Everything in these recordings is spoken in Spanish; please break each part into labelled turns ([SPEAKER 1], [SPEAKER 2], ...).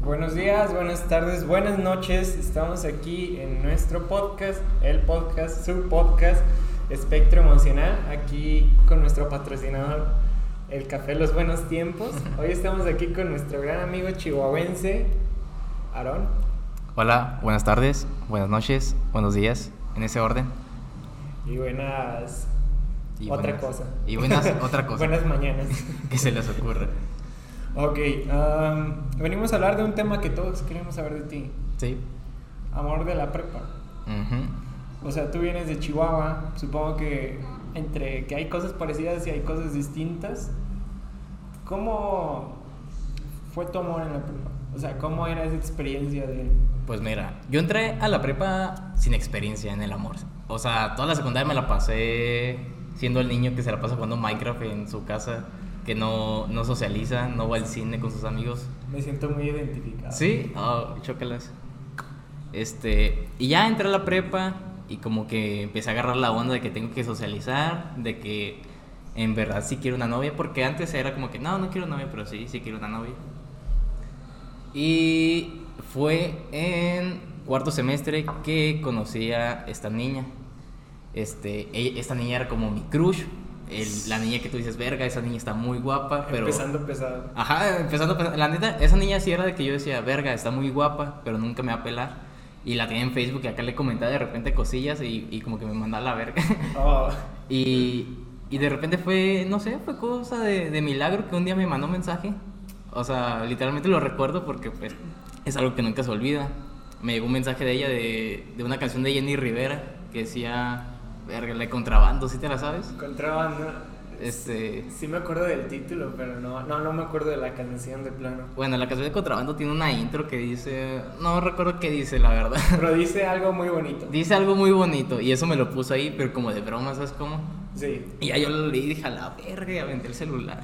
[SPEAKER 1] Buenos días, buenas tardes, buenas noches. Estamos aquí en nuestro podcast, el podcast, su podcast, Espectro Emocional, aquí con nuestro patrocinador, el Café Los Buenos Tiempos. Hoy estamos aquí con nuestro gran amigo chihuahuense, Aarón.
[SPEAKER 2] Hola, buenas tardes, buenas noches, buenos días, en ese orden.
[SPEAKER 1] Y buenas...
[SPEAKER 2] Y
[SPEAKER 1] otra
[SPEAKER 2] buenas-
[SPEAKER 1] cosa.
[SPEAKER 2] Y buenas, otra cosa.
[SPEAKER 1] buenas mañanas.
[SPEAKER 2] que se les ocurra.
[SPEAKER 1] Ok, am, venimos a hablar de un tema que todos queremos saber de ti.
[SPEAKER 2] Sí.
[SPEAKER 1] Amor de la prepa.
[SPEAKER 2] Ujú.
[SPEAKER 1] O sea, tú vienes de Chihuahua, supongo que entre que hay cosas parecidas y hay cosas distintas. ¿Cómo fue tu amor en la prepa? O sea, ¿cómo era esa experiencia de...
[SPEAKER 2] Pues mira, yo entré a la prepa sin experiencia en el amor. O sea, toda la secundaria me la pasé siendo el niño que se la pasa jugando Minecraft en su casa, que no, no socializa, no va al cine con sus amigos.
[SPEAKER 1] Me siento muy identificado.
[SPEAKER 2] Sí, oh, chócalas. Este, y ya entré a la prepa y como que empecé a agarrar la onda de que tengo que socializar, de que en verdad sí quiero una novia, porque antes era como que no, no quiero novia, pero sí, sí quiero una novia. Y fue en cuarto semestre que conocí a esta niña. Este, e- esta niña era como mi crush, el- la niña que tú dices, verga, esa niña está muy guapa, pero...
[SPEAKER 1] Empezando pesado.
[SPEAKER 2] Ajá, empezando, pues, la neta, esa niña sí era de que yo decía, verga, está muy guapa, pero nunca me va a pelar. Y la tenía en Facebook y acá le comentaba de repente cosillas y, y como que me mandaba a la verga.
[SPEAKER 1] Oh,
[SPEAKER 2] Y, y de repente fue, no sé, fue cosa de, de milagro que un día me mandó un mensaje. O sea, literalmente lo recuerdo porque pues es algo que nunca se olvida. Me llegó un mensaje de ella de, de una canción de Jenny Rivera que decía, verga, la de contrabando, ¿sí te la sabes?
[SPEAKER 1] contrabando.
[SPEAKER 2] Este...
[SPEAKER 1] Sí me acuerdo del título, pero no, no, no me acuerdo de la canción de plano.
[SPEAKER 2] Bueno, la canción de contrabando tiene una intro que dice. No recuerdo qué dice, la verdad.
[SPEAKER 1] Pero dice algo muy bonito.
[SPEAKER 2] Dice algo muy bonito y eso me lo puso ahí, pero como de broma, ¿sabes cómo?
[SPEAKER 1] Sí.
[SPEAKER 2] Y ya yo lo leí y dije a la verga y aventé el celular.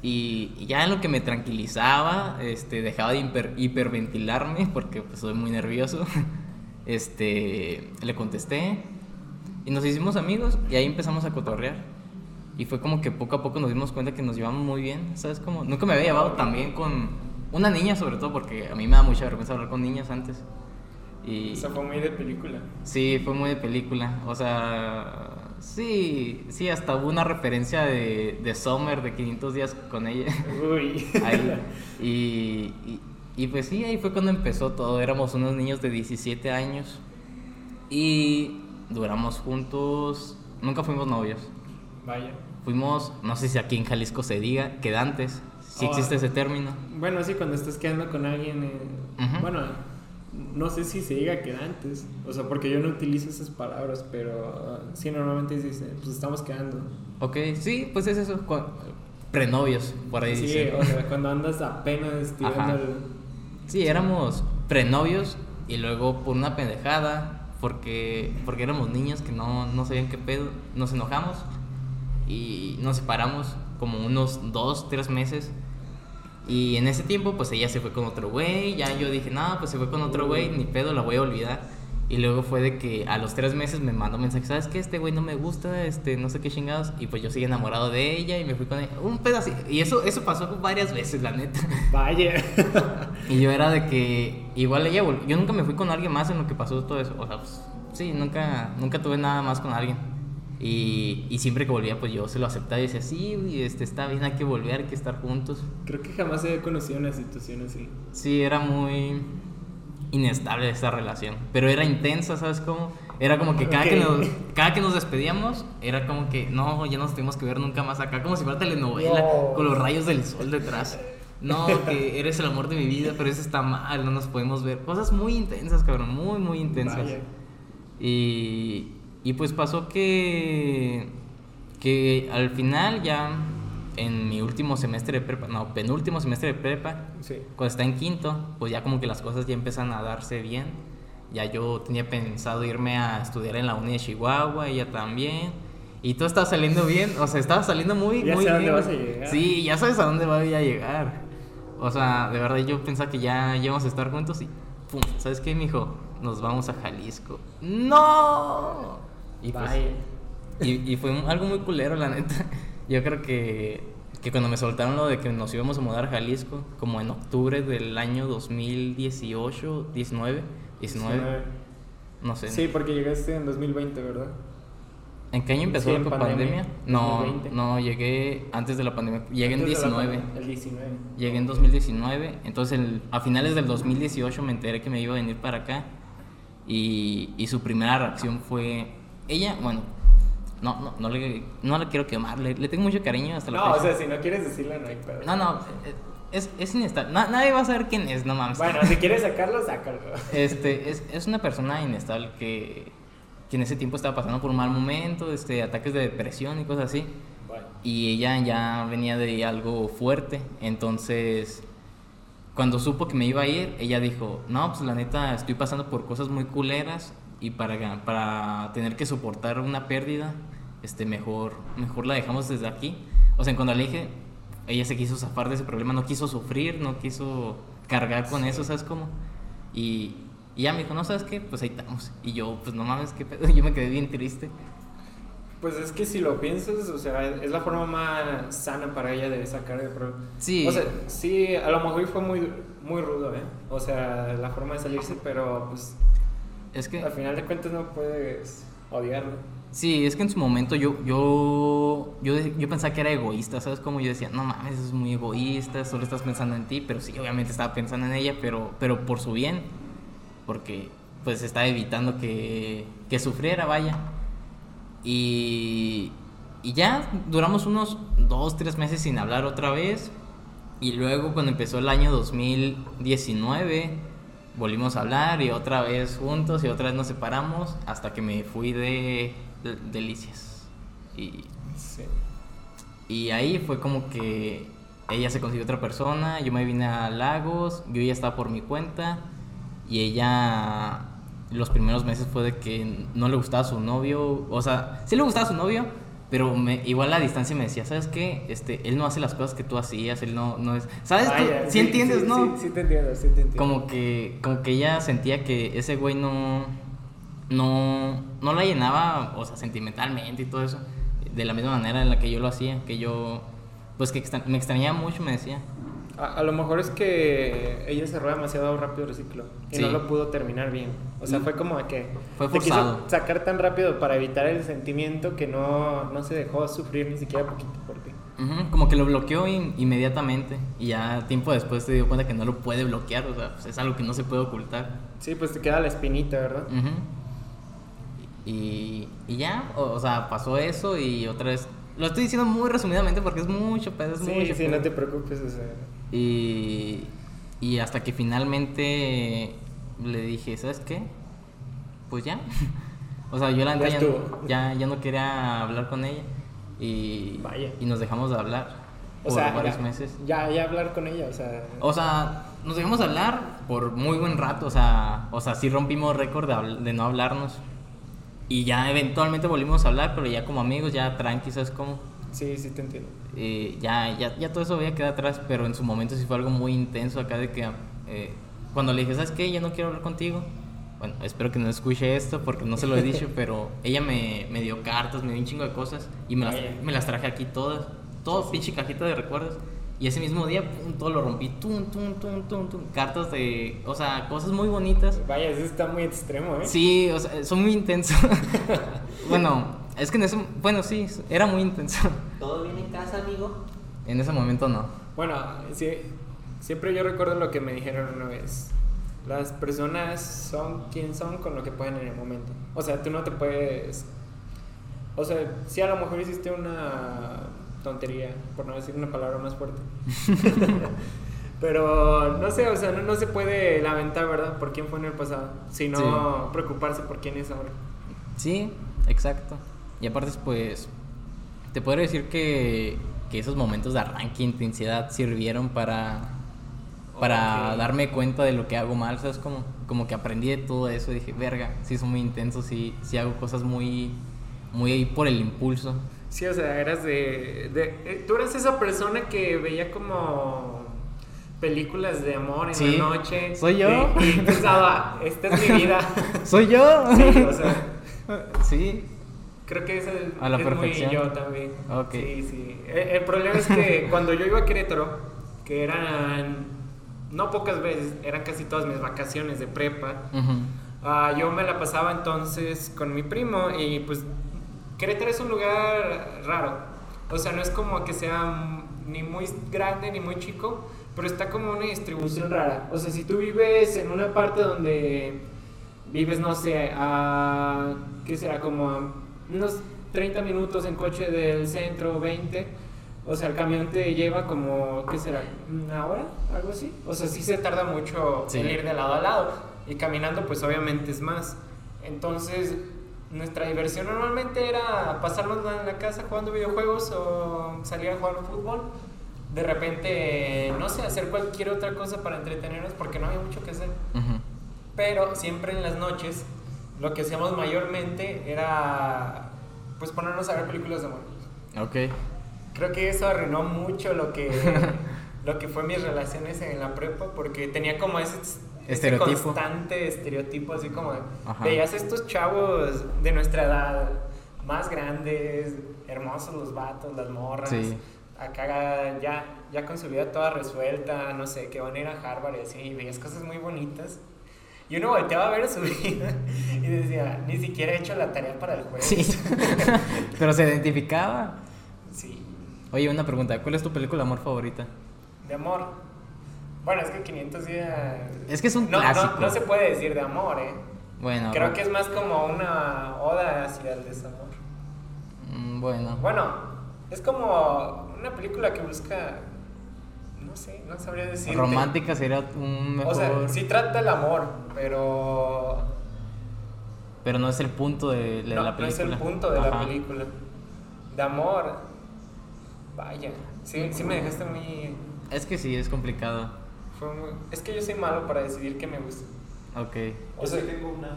[SPEAKER 2] Y, y ya en lo que me tranquilizaba, este, dejaba de hiper- hiperventilarme porque pues, soy muy nervioso. Este, le contesté y nos hicimos amigos y ahí empezamos a cotorrear. Y fue como que poco a poco nos dimos cuenta que nos llevamos muy bien, ¿sabes? Como nunca me había llevado tan bien con una niña sobre todo porque a mí me da mucha vergüenza hablar con niñas antes. Y
[SPEAKER 1] Eso fue muy de película.
[SPEAKER 2] Sí, fue muy de película. O sea, sí, sí, hasta hubo una referencia de, de Summer de 500 días con ella.
[SPEAKER 1] Uy.
[SPEAKER 2] Ahí. Y, y- y pues sí, ahí fue cuando empezó todo. Éramos unos niños de 17 años y duramos juntos. Nunca fuimos novios.
[SPEAKER 1] Vaya.
[SPEAKER 2] Fuimos, no sé si aquí en Jalisco se diga, quedantes. Si
[SPEAKER 1] Oh.
[SPEAKER 2] existe ese término.
[SPEAKER 1] Bueno, sí, cuando estás quedando con alguien. eh,
[SPEAKER 2] Ujú.
[SPEAKER 1] Bueno, no sé si se diga quedantes. O sea, porque yo no utilizo esas palabras, pero uh, sí, normalmente se dice, pues estamos quedando.
[SPEAKER 2] Ok, sí, pues es eso. cu- Prenovios, por ahí
[SPEAKER 1] Sí,
[SPEAKER 2] dicen.
[SPEAKER 1] o sea, cuando andas apenas tirando
[SPEAKER 2] Ajá.
[SPEAKER 1] el.
[SPEAKER 2] Sí, éramos prenovios y luego por una pendejada, porque, porque éramos niños que no, no sabían qué pedo, nos enojamos y nos separamos como unos dos, tres meses. Y en ese tiempo, pues ella se fue con otro güey, ya yo dije, no, pues se fue con otro güey, ni pedo, la voy a olvidar. Y luego fue de que a los tres meses me mandó mensaje, ¿sabes qué? Este güey no me gusta, este, no sé qué chingados. Y pues yo sigo enamorado de ella y me fui con ella. Un pedacito. Y eso, eso pasó varias veces, la neta.
[SPEAKER 1] Vaya.
[SPEAKER 2] Y yo era de que igual ella, vol- yo nunca me fui con alguien más en lo que pasó todo eso. O sea, pues, sí, nunca, nunca tuve nada más con alguien. Y, y siempre que volvía, pues yo se lo aceptaba y decía, sí, güey, este, está bien, hay que volver, hay que estar juntos.
[SPEAKER 1] Creo que jamás he conocido una situación así.
[SPEAKER 2] Sí, era muy inestable esa relación, pero era intensa, ¿sabes cómo? Era como que cada, que,
[SPEAKER 1] Ok.
[SPEAKER 2] nos, cada que nos despedíamos, era como que, no, ya nos tuvimos que ver nunca más acá, como si fuera telenovela,
[SPEAKER 1] No.
[SPEAKER 2] con los rayos del sol detrás. No, que eres el amor de mi vida, pero eso está mal, no nos podemos ver. Cosas muy intensas, cabrón, muy, muy intensas.
[SPEAKER 1] Vaya.
[SPEAKER 2] Y, y pues pasó que, que al final ya en mi último semestre de prepa, no, penúltimo semestre de prepa,
[SPEAKER 1] Sí.
[SPEAKER 2] cuando está en quinto, pues ya como que las cosas ya empiezan a darse bien. Ya yo tenía pensado irme a estudiar en la uni de Chihuahua, ella también. Y todo estaba saliendo bien, o sea, estaba saliendo muy,
[SPEAKER 1] Ya
[SPEAKER 2] muy
[SPEAKER 1] sé a dónde
[SPEAKER 2] bien.
[SPEAKER 1] vas a llegar.
[SPEAKER 2] Sí, ya sabes a dónde voy a llegar. O sea, de verdad yo pensaba que ya íbamos a estar juntos y pum, ¿sabes qué, mijo? Nos vamos a Jalisco. ¡No! Y pues,
[SPEAKER 1] Vaya.
[SPEAKER 2] y, y fue un- algo muy culero, la neta. Yo creo que, que cuando me soltaron lo de que nos íbamos a mudar a Jalisco, como en octubre del año 2018, 19, 19, no sé.
[SPEAKER 1] Sí, porque llegaste en 2020, ¿verdad?
[SPEAKER 2] ¿En qué año empezó
[SPEAKER 1] Sí,
[SPEAKER 2] la
[SPEAKER 1] en
[SPEAKER 2] pandemia?
[SPEAKER 1] pandemia.
[SPEAKER 2] No,
[SPEAKER 1] 2020.
[SPEAKER 2] no, llegué antes de la pandemia. Llegué en
[SPEAKER 1] Antes de la
[SPEAKER 2] 19.
[SPEAKER 1] pandemia, El 19.
[SPEAKER 2] Llegué en 2019, entonces el- a finales del 2018 me enteré que me iba a venir para acá y, y su primera reacción fue, ella, bueno, no, no, no le, no le quiero quemar, le, le tengo mucho cariño hasta la
[SPEAKER 1] No, o
[SPEAKER 2] fecha.
[SPEAKER 1] sea, si no quieres decirlo, no hay pedo.
[SPEAKER 2] no, no, es, es inestable, Na- nadie va a saber quién es, no mames.
[SPEAKER 1] Bueno, si quieres sacarlo, sácalo.
[SPEAKER 2] Este, es, es una persona inestable que, que en ese tiempo estaba pasando por un mal momento, este, ataques de depresión y cosas así.
[SPEAKER 1] Bueno.
[SPEAKER 2] y ella ya venía de algo fuerte, entonces cuando supo que me iba a ir, ella dijo, no, pues la neta estoy pasando por cosas muy culeras y para, ga- para tener que soportar una pérdida, este, mejor, mejor la dejamos desde aquí. O sea, cuando le dije, ella se quiso zafar de ese problema, no quiso sufrir, no quiso cargar con eso, ¿sabes cómo? Y, y ya me dijo, no, ¿sabes qué? Pues ahí estamos. Y yo, pues no mames, qué pedo, yo me quedé bien triste.
[SPEAKER 1] Pues es que si lo piensas, o sea, es la forma más sana para ella de sacar el problema.
[SPEAKER 2] Sí.
[SPEAKER 1] O sea, sí, a lo mejor fue muy, muy rudo, ¿eh? O sea, la forma de salirse, pero pues
[SPEAKER 2] Es que...
[SPEAKER 1] al final de cuentas no puedes odiarlo.
[SPEAKER 2] Sí, es que en su momento yo, yo, yo, de- yo pensaba que era egoísta, ¿sabes? Como yo decía, no mames, es muy egoísta, solo estás pensando en ti, pero sí, obviamente estaba pensando en ella, pero, pero por su bien, porque pues estaba evitando que, que sufriera, vaya. Y, y ya duramos unos dos, tres meses sin hablar otra vez, y luego cuando empezó el año 2019, volvimos a hablar y otra vez juntos y otra vez nos separamos hasta que me fui de, de- Delicias. Y,
[SPEAKER 1] Sí.
[SPEAKER 2] y ahí fue como que ella se consiguió otra persona, yo me vine a Lagos, yo ya estaba por mi cuenta y ella los primeros meses fue de que no le gustaba su novio, o sea, sí le gustaba su novio, pero me, igual a la distancia me decía, ¿sabes qué? Este, él no hace las cosas que tú hacías, él no, no es... ¿Sabes? tú?
[SPEAKER 1] Vaya,
[SPEAKER 2] ¿Sí,
[SPEAKER 1] sí,
[SPEAKER 2] entiendes,
[SPEAKER 1] sí,
[SPEAKER 2] ¿no?
[SPEAKER 1] Sí, sí te entiendo, sí te entiendo.
[SPEAKER 2] como que como que ella sentía que ese güey no no no la llenaba o sea sentimentalmente y todo eso de la misma manera en la que yo lo hacía que yo pues que extra- me extrañaba mucho me decía
[SPEAKER 1] A, a lo mejor es que ella cerró demasiado rápido el ciclo y
[SPEAKER 2] Sí.
[SPEAKER 1] no lo pudo terminar bien. O sea,
[SPEAKER 2] Mm.
[SPEAKER 1] fue como de que
[SPEAKER 2] Fue
[SPEAKER 1] se quiso
[SPEAKER 2] forzado.
[SPEAKER 1] sacar tan rápido para evitar el sentimiento que no, no se dejó sufrir ni siquiera poquito por ti.
[SPEAKER 2] Ujú, como que lo bloqueó in- inmediatamente y ya tiempo después se dio cuenta que no lo puede bloquear o sea pues, es algo que no se puede ocultar
[SPEAKER 1] Sí, pues te queda la espinita, ¿verdad?
[SPEAKER 2] Ujú. y, y ya, o, o sea, pasó eso y otra vez. Lo estoy diciendo muy resumidamente porque es mucho pedo, es
[SPEAKER 1] sí,
[SPEAKER 2] mucho
[SPEAKER 1] sí,
[SPEAKER 2] pedo.
[SPEAKER 1] no te preocupes. O sea,
[SPEAKER 2] Y, y hasta que finalmente le dije, ¿sabes qué? Pues ya. O sea, yo la
[SPEAKER 1] Ya
[SPEAKER 2] neta ya,
[SPEAKER 1] estuvo.
[SPEAKER 2] ya, ya no quería hablar con ella. Y,
[SPEAKER 1] Vaya.
[SPEAKER 2] y nos dejamos de hablar
[SPEAKER 1] o
[SPEAKER 2] por
[SPEAKER 1] sea
[SPEAKER 2] varios
[SPEAKER 1] ya,
[SPEAKER 2] meses. Oh.
[SPEAKER 1] Ya, ya hablar con ella, o sea.
[SPEAKER 2] O sea, nos dejamos de hablar por muy buen rato. O sea, o sea sí rompimos récord de, habl- de no hablarnos. Y ya eventualmente volvimos a hablar, pero ya como amigos, ya tranqui, ¿sabes cómo?
[SPEAKER 1] Sí, sí, te entiendo.
[SPEAKER 2] eh, ya, ya, ya todo eso había quedado atrás, pero en su momento sí fue algo muy intenso acá de que eh, cuando le dije, ¿sabes qué? Ya no quiero hablar contigo. Bueno, espero que no escuche esto porque no se lo he dicho, pero ella me, me dio cartas, me dio un chingo de cosas y me las,
[SPEAKER 1] Vaya.
[SPEAKER 2] me las traje aquí todas, todo pinche cajita de recuerdos. Y ese mismo día, pum, todo lo rompí, tum, tum, tum, tum, tum, cartas de, o sea, cosas muy bonitas.
[SPEAKER 1] Vaya, eso está muy extremo, ¿eh?
[SPEAKER 2] Sí, o sea, son muy intensos. bueno, es que en ese, bueno, sí, era muy intenso.
[SPEAKER 3] ¿Todo bien en casa, amigo?
[SPEAKER 2] En ese momento no.
[SPEAKER 1] Bueno, sí, siempre yo recuerdo lo que me dijeron una vez. Las personas son quien son con lo que pueden en el momento. O sea, tú no te puedes... O sea, sí a lo mejor hiciste una tontería, por no decir una palabra más fuerte. Pero no sé, o sea, no, no se puede lamentar, ¿verdad? Por quién fue en el pasado, sino
[SPEAKER 2] Sí.
[SPEAKER 1] preocuparse por quién es ahora.
[SPEAKER 2] Sí, exacto. Y aparte, pues, te puedo decir que, que esos momentos de arranque e intensidad sirvieron para, para
[SPEAKER 1] Ok.
[SPEAKER 2] darme cuenta de lo que hago mal, ¿sabes? Como, como que aprendí de todo eso y dije, verga, sí son muy intensos, sí, sí hago cosas muy, muy ahí por el impulso.
[SPEAKER 1] Sí, o sea, eras de, de- eh, Tú eras esa persona que veía como películas de amor en
[SPEAKER 2] Sí,
[SPEAKER 1] la noche.
[SPEAKER 2] soy yo.
[SPEAKER 1] Y, y pensaba, esta es mi vida.
[SPEAKER 2] ¡Soy yo!
[SPEAKER 1] sí, o sea,
[SPEAKER 2] Sí,
[SPEAKER 1] Creo que eso es,
[SPEAKER 2] A la
[SPEAKER 1] es
[SPEAKER 2] perfección.
[SPEAKER 1] muy yo también.
[SPEAKER 2] Ok.
[SPEAKER 1] Sí, sí. El, el problema es que cuando yo iba a Querétaro, que eran no pocas veces, eran casi todas mis vacaciones de prepa,
[SPEAKER 2] Ujú.
[SPEAKER 1] ah, yo me la pasaba entonces con mi primo y pues Querétaro es un lugar raro. O sea, no es como que sea ni muy grande ni muy chico, pero está como una distribución rara. O sea, si tú vives en una parte donde vives, no sé, a, ¿qué será? Como a unos 30 minutos en coche del centro, 20. O sea, el camión te lleva como, ¿qué será? ¿Una hora? ¿Algo así? O sea, sí se tarda mucho
[SPEAKER 2] Sí.
[SPEAKER 1] en ir de lado a lado. Y caminando, pues obviamente es más. Entonces, nuestra diversión normalmente era pasarnos en la casa jugando videojuegos o salir a jugar fútbol. De repente, no sé, hacer cualquier otra cosa para entretenernos porque no había mucho que hacer.
[SPEAKER 2] Ujú.
[SPEAKER 1] Pero siempre en las noches lo que hacíamos mayormente era pues ponernos a ver películas de amor.
[SPEAKER 2] Ok.
[SPEAKER 1] Creo que eso arruinó mucho lo que lo que fue mis relaciones en la prepa porque tenía como ese, ese
[SPEAKER 2] Estereotipo.
[SPEAKER 1] constante estereotipo así como
[SPEAKER 2] Ajá.
[SPEAKER 1] veías estos chavos de nuestra edad más grandes, hermosos los vatos, las morras.
[SPEAKER 2] Sí.
[SPEAKER 1] Acá ya, ya con su vida toda resuelta, no sé, que van a ir a Harvard y así, y veías cosas muy bonitas. Y uno volteaba a ver su vida y decía, ni siquiera he hecho la tarea para el jueves.
[SPEAKER 2] Sí. Pero se identificaba.
[SPEAKER 1] sí.
[SPEAKER 2] Oye, una pregunta. ¿Cuál es tu película de amor favorita?
[SPEAKER 1] De amor. Bueno, es que 500 días.
[SPEAKER 2] Es que es un
[SPEAKER 1] no,
[SPEAKER 2] clásico.
[SPEAKER 1] No, no se puede decir de amor, ¿eh?
[SPEAKER 2] Bueno.
[SPEAKER 1] Creo que es más como una oda hacia el desamor.
[SPEAKER 2] mm, Bueno.
[SPEAKER 1] Bueno, es como una película que busca. No sé, no sabría decir.
[SPEAKER 2] Romántica sería un mejor.
[SPEAKER 1] O sea, sí trata el amor, pero.
[SPEAKER 2] Pero no es el punto de, de
[SPEAKER 1] no,
[SPEAKER 2] la película.
[SPEAKER 1] no es el punto de la
[SPEAKER 2] Ajá.
[SPEAKER 1] película. De amor. Vaya. Sí, sí me dejaste muy.
[SPEAKER 2] Es que sí, es complicado.
[SPEAKER 1] Fue muy... Es que yo soy malo para decidir qué me gusta.
[SPEAKER 2] Ok.
[SPEAKER 1] O sea,
[SPEAKER 4] Yo sí tengo una.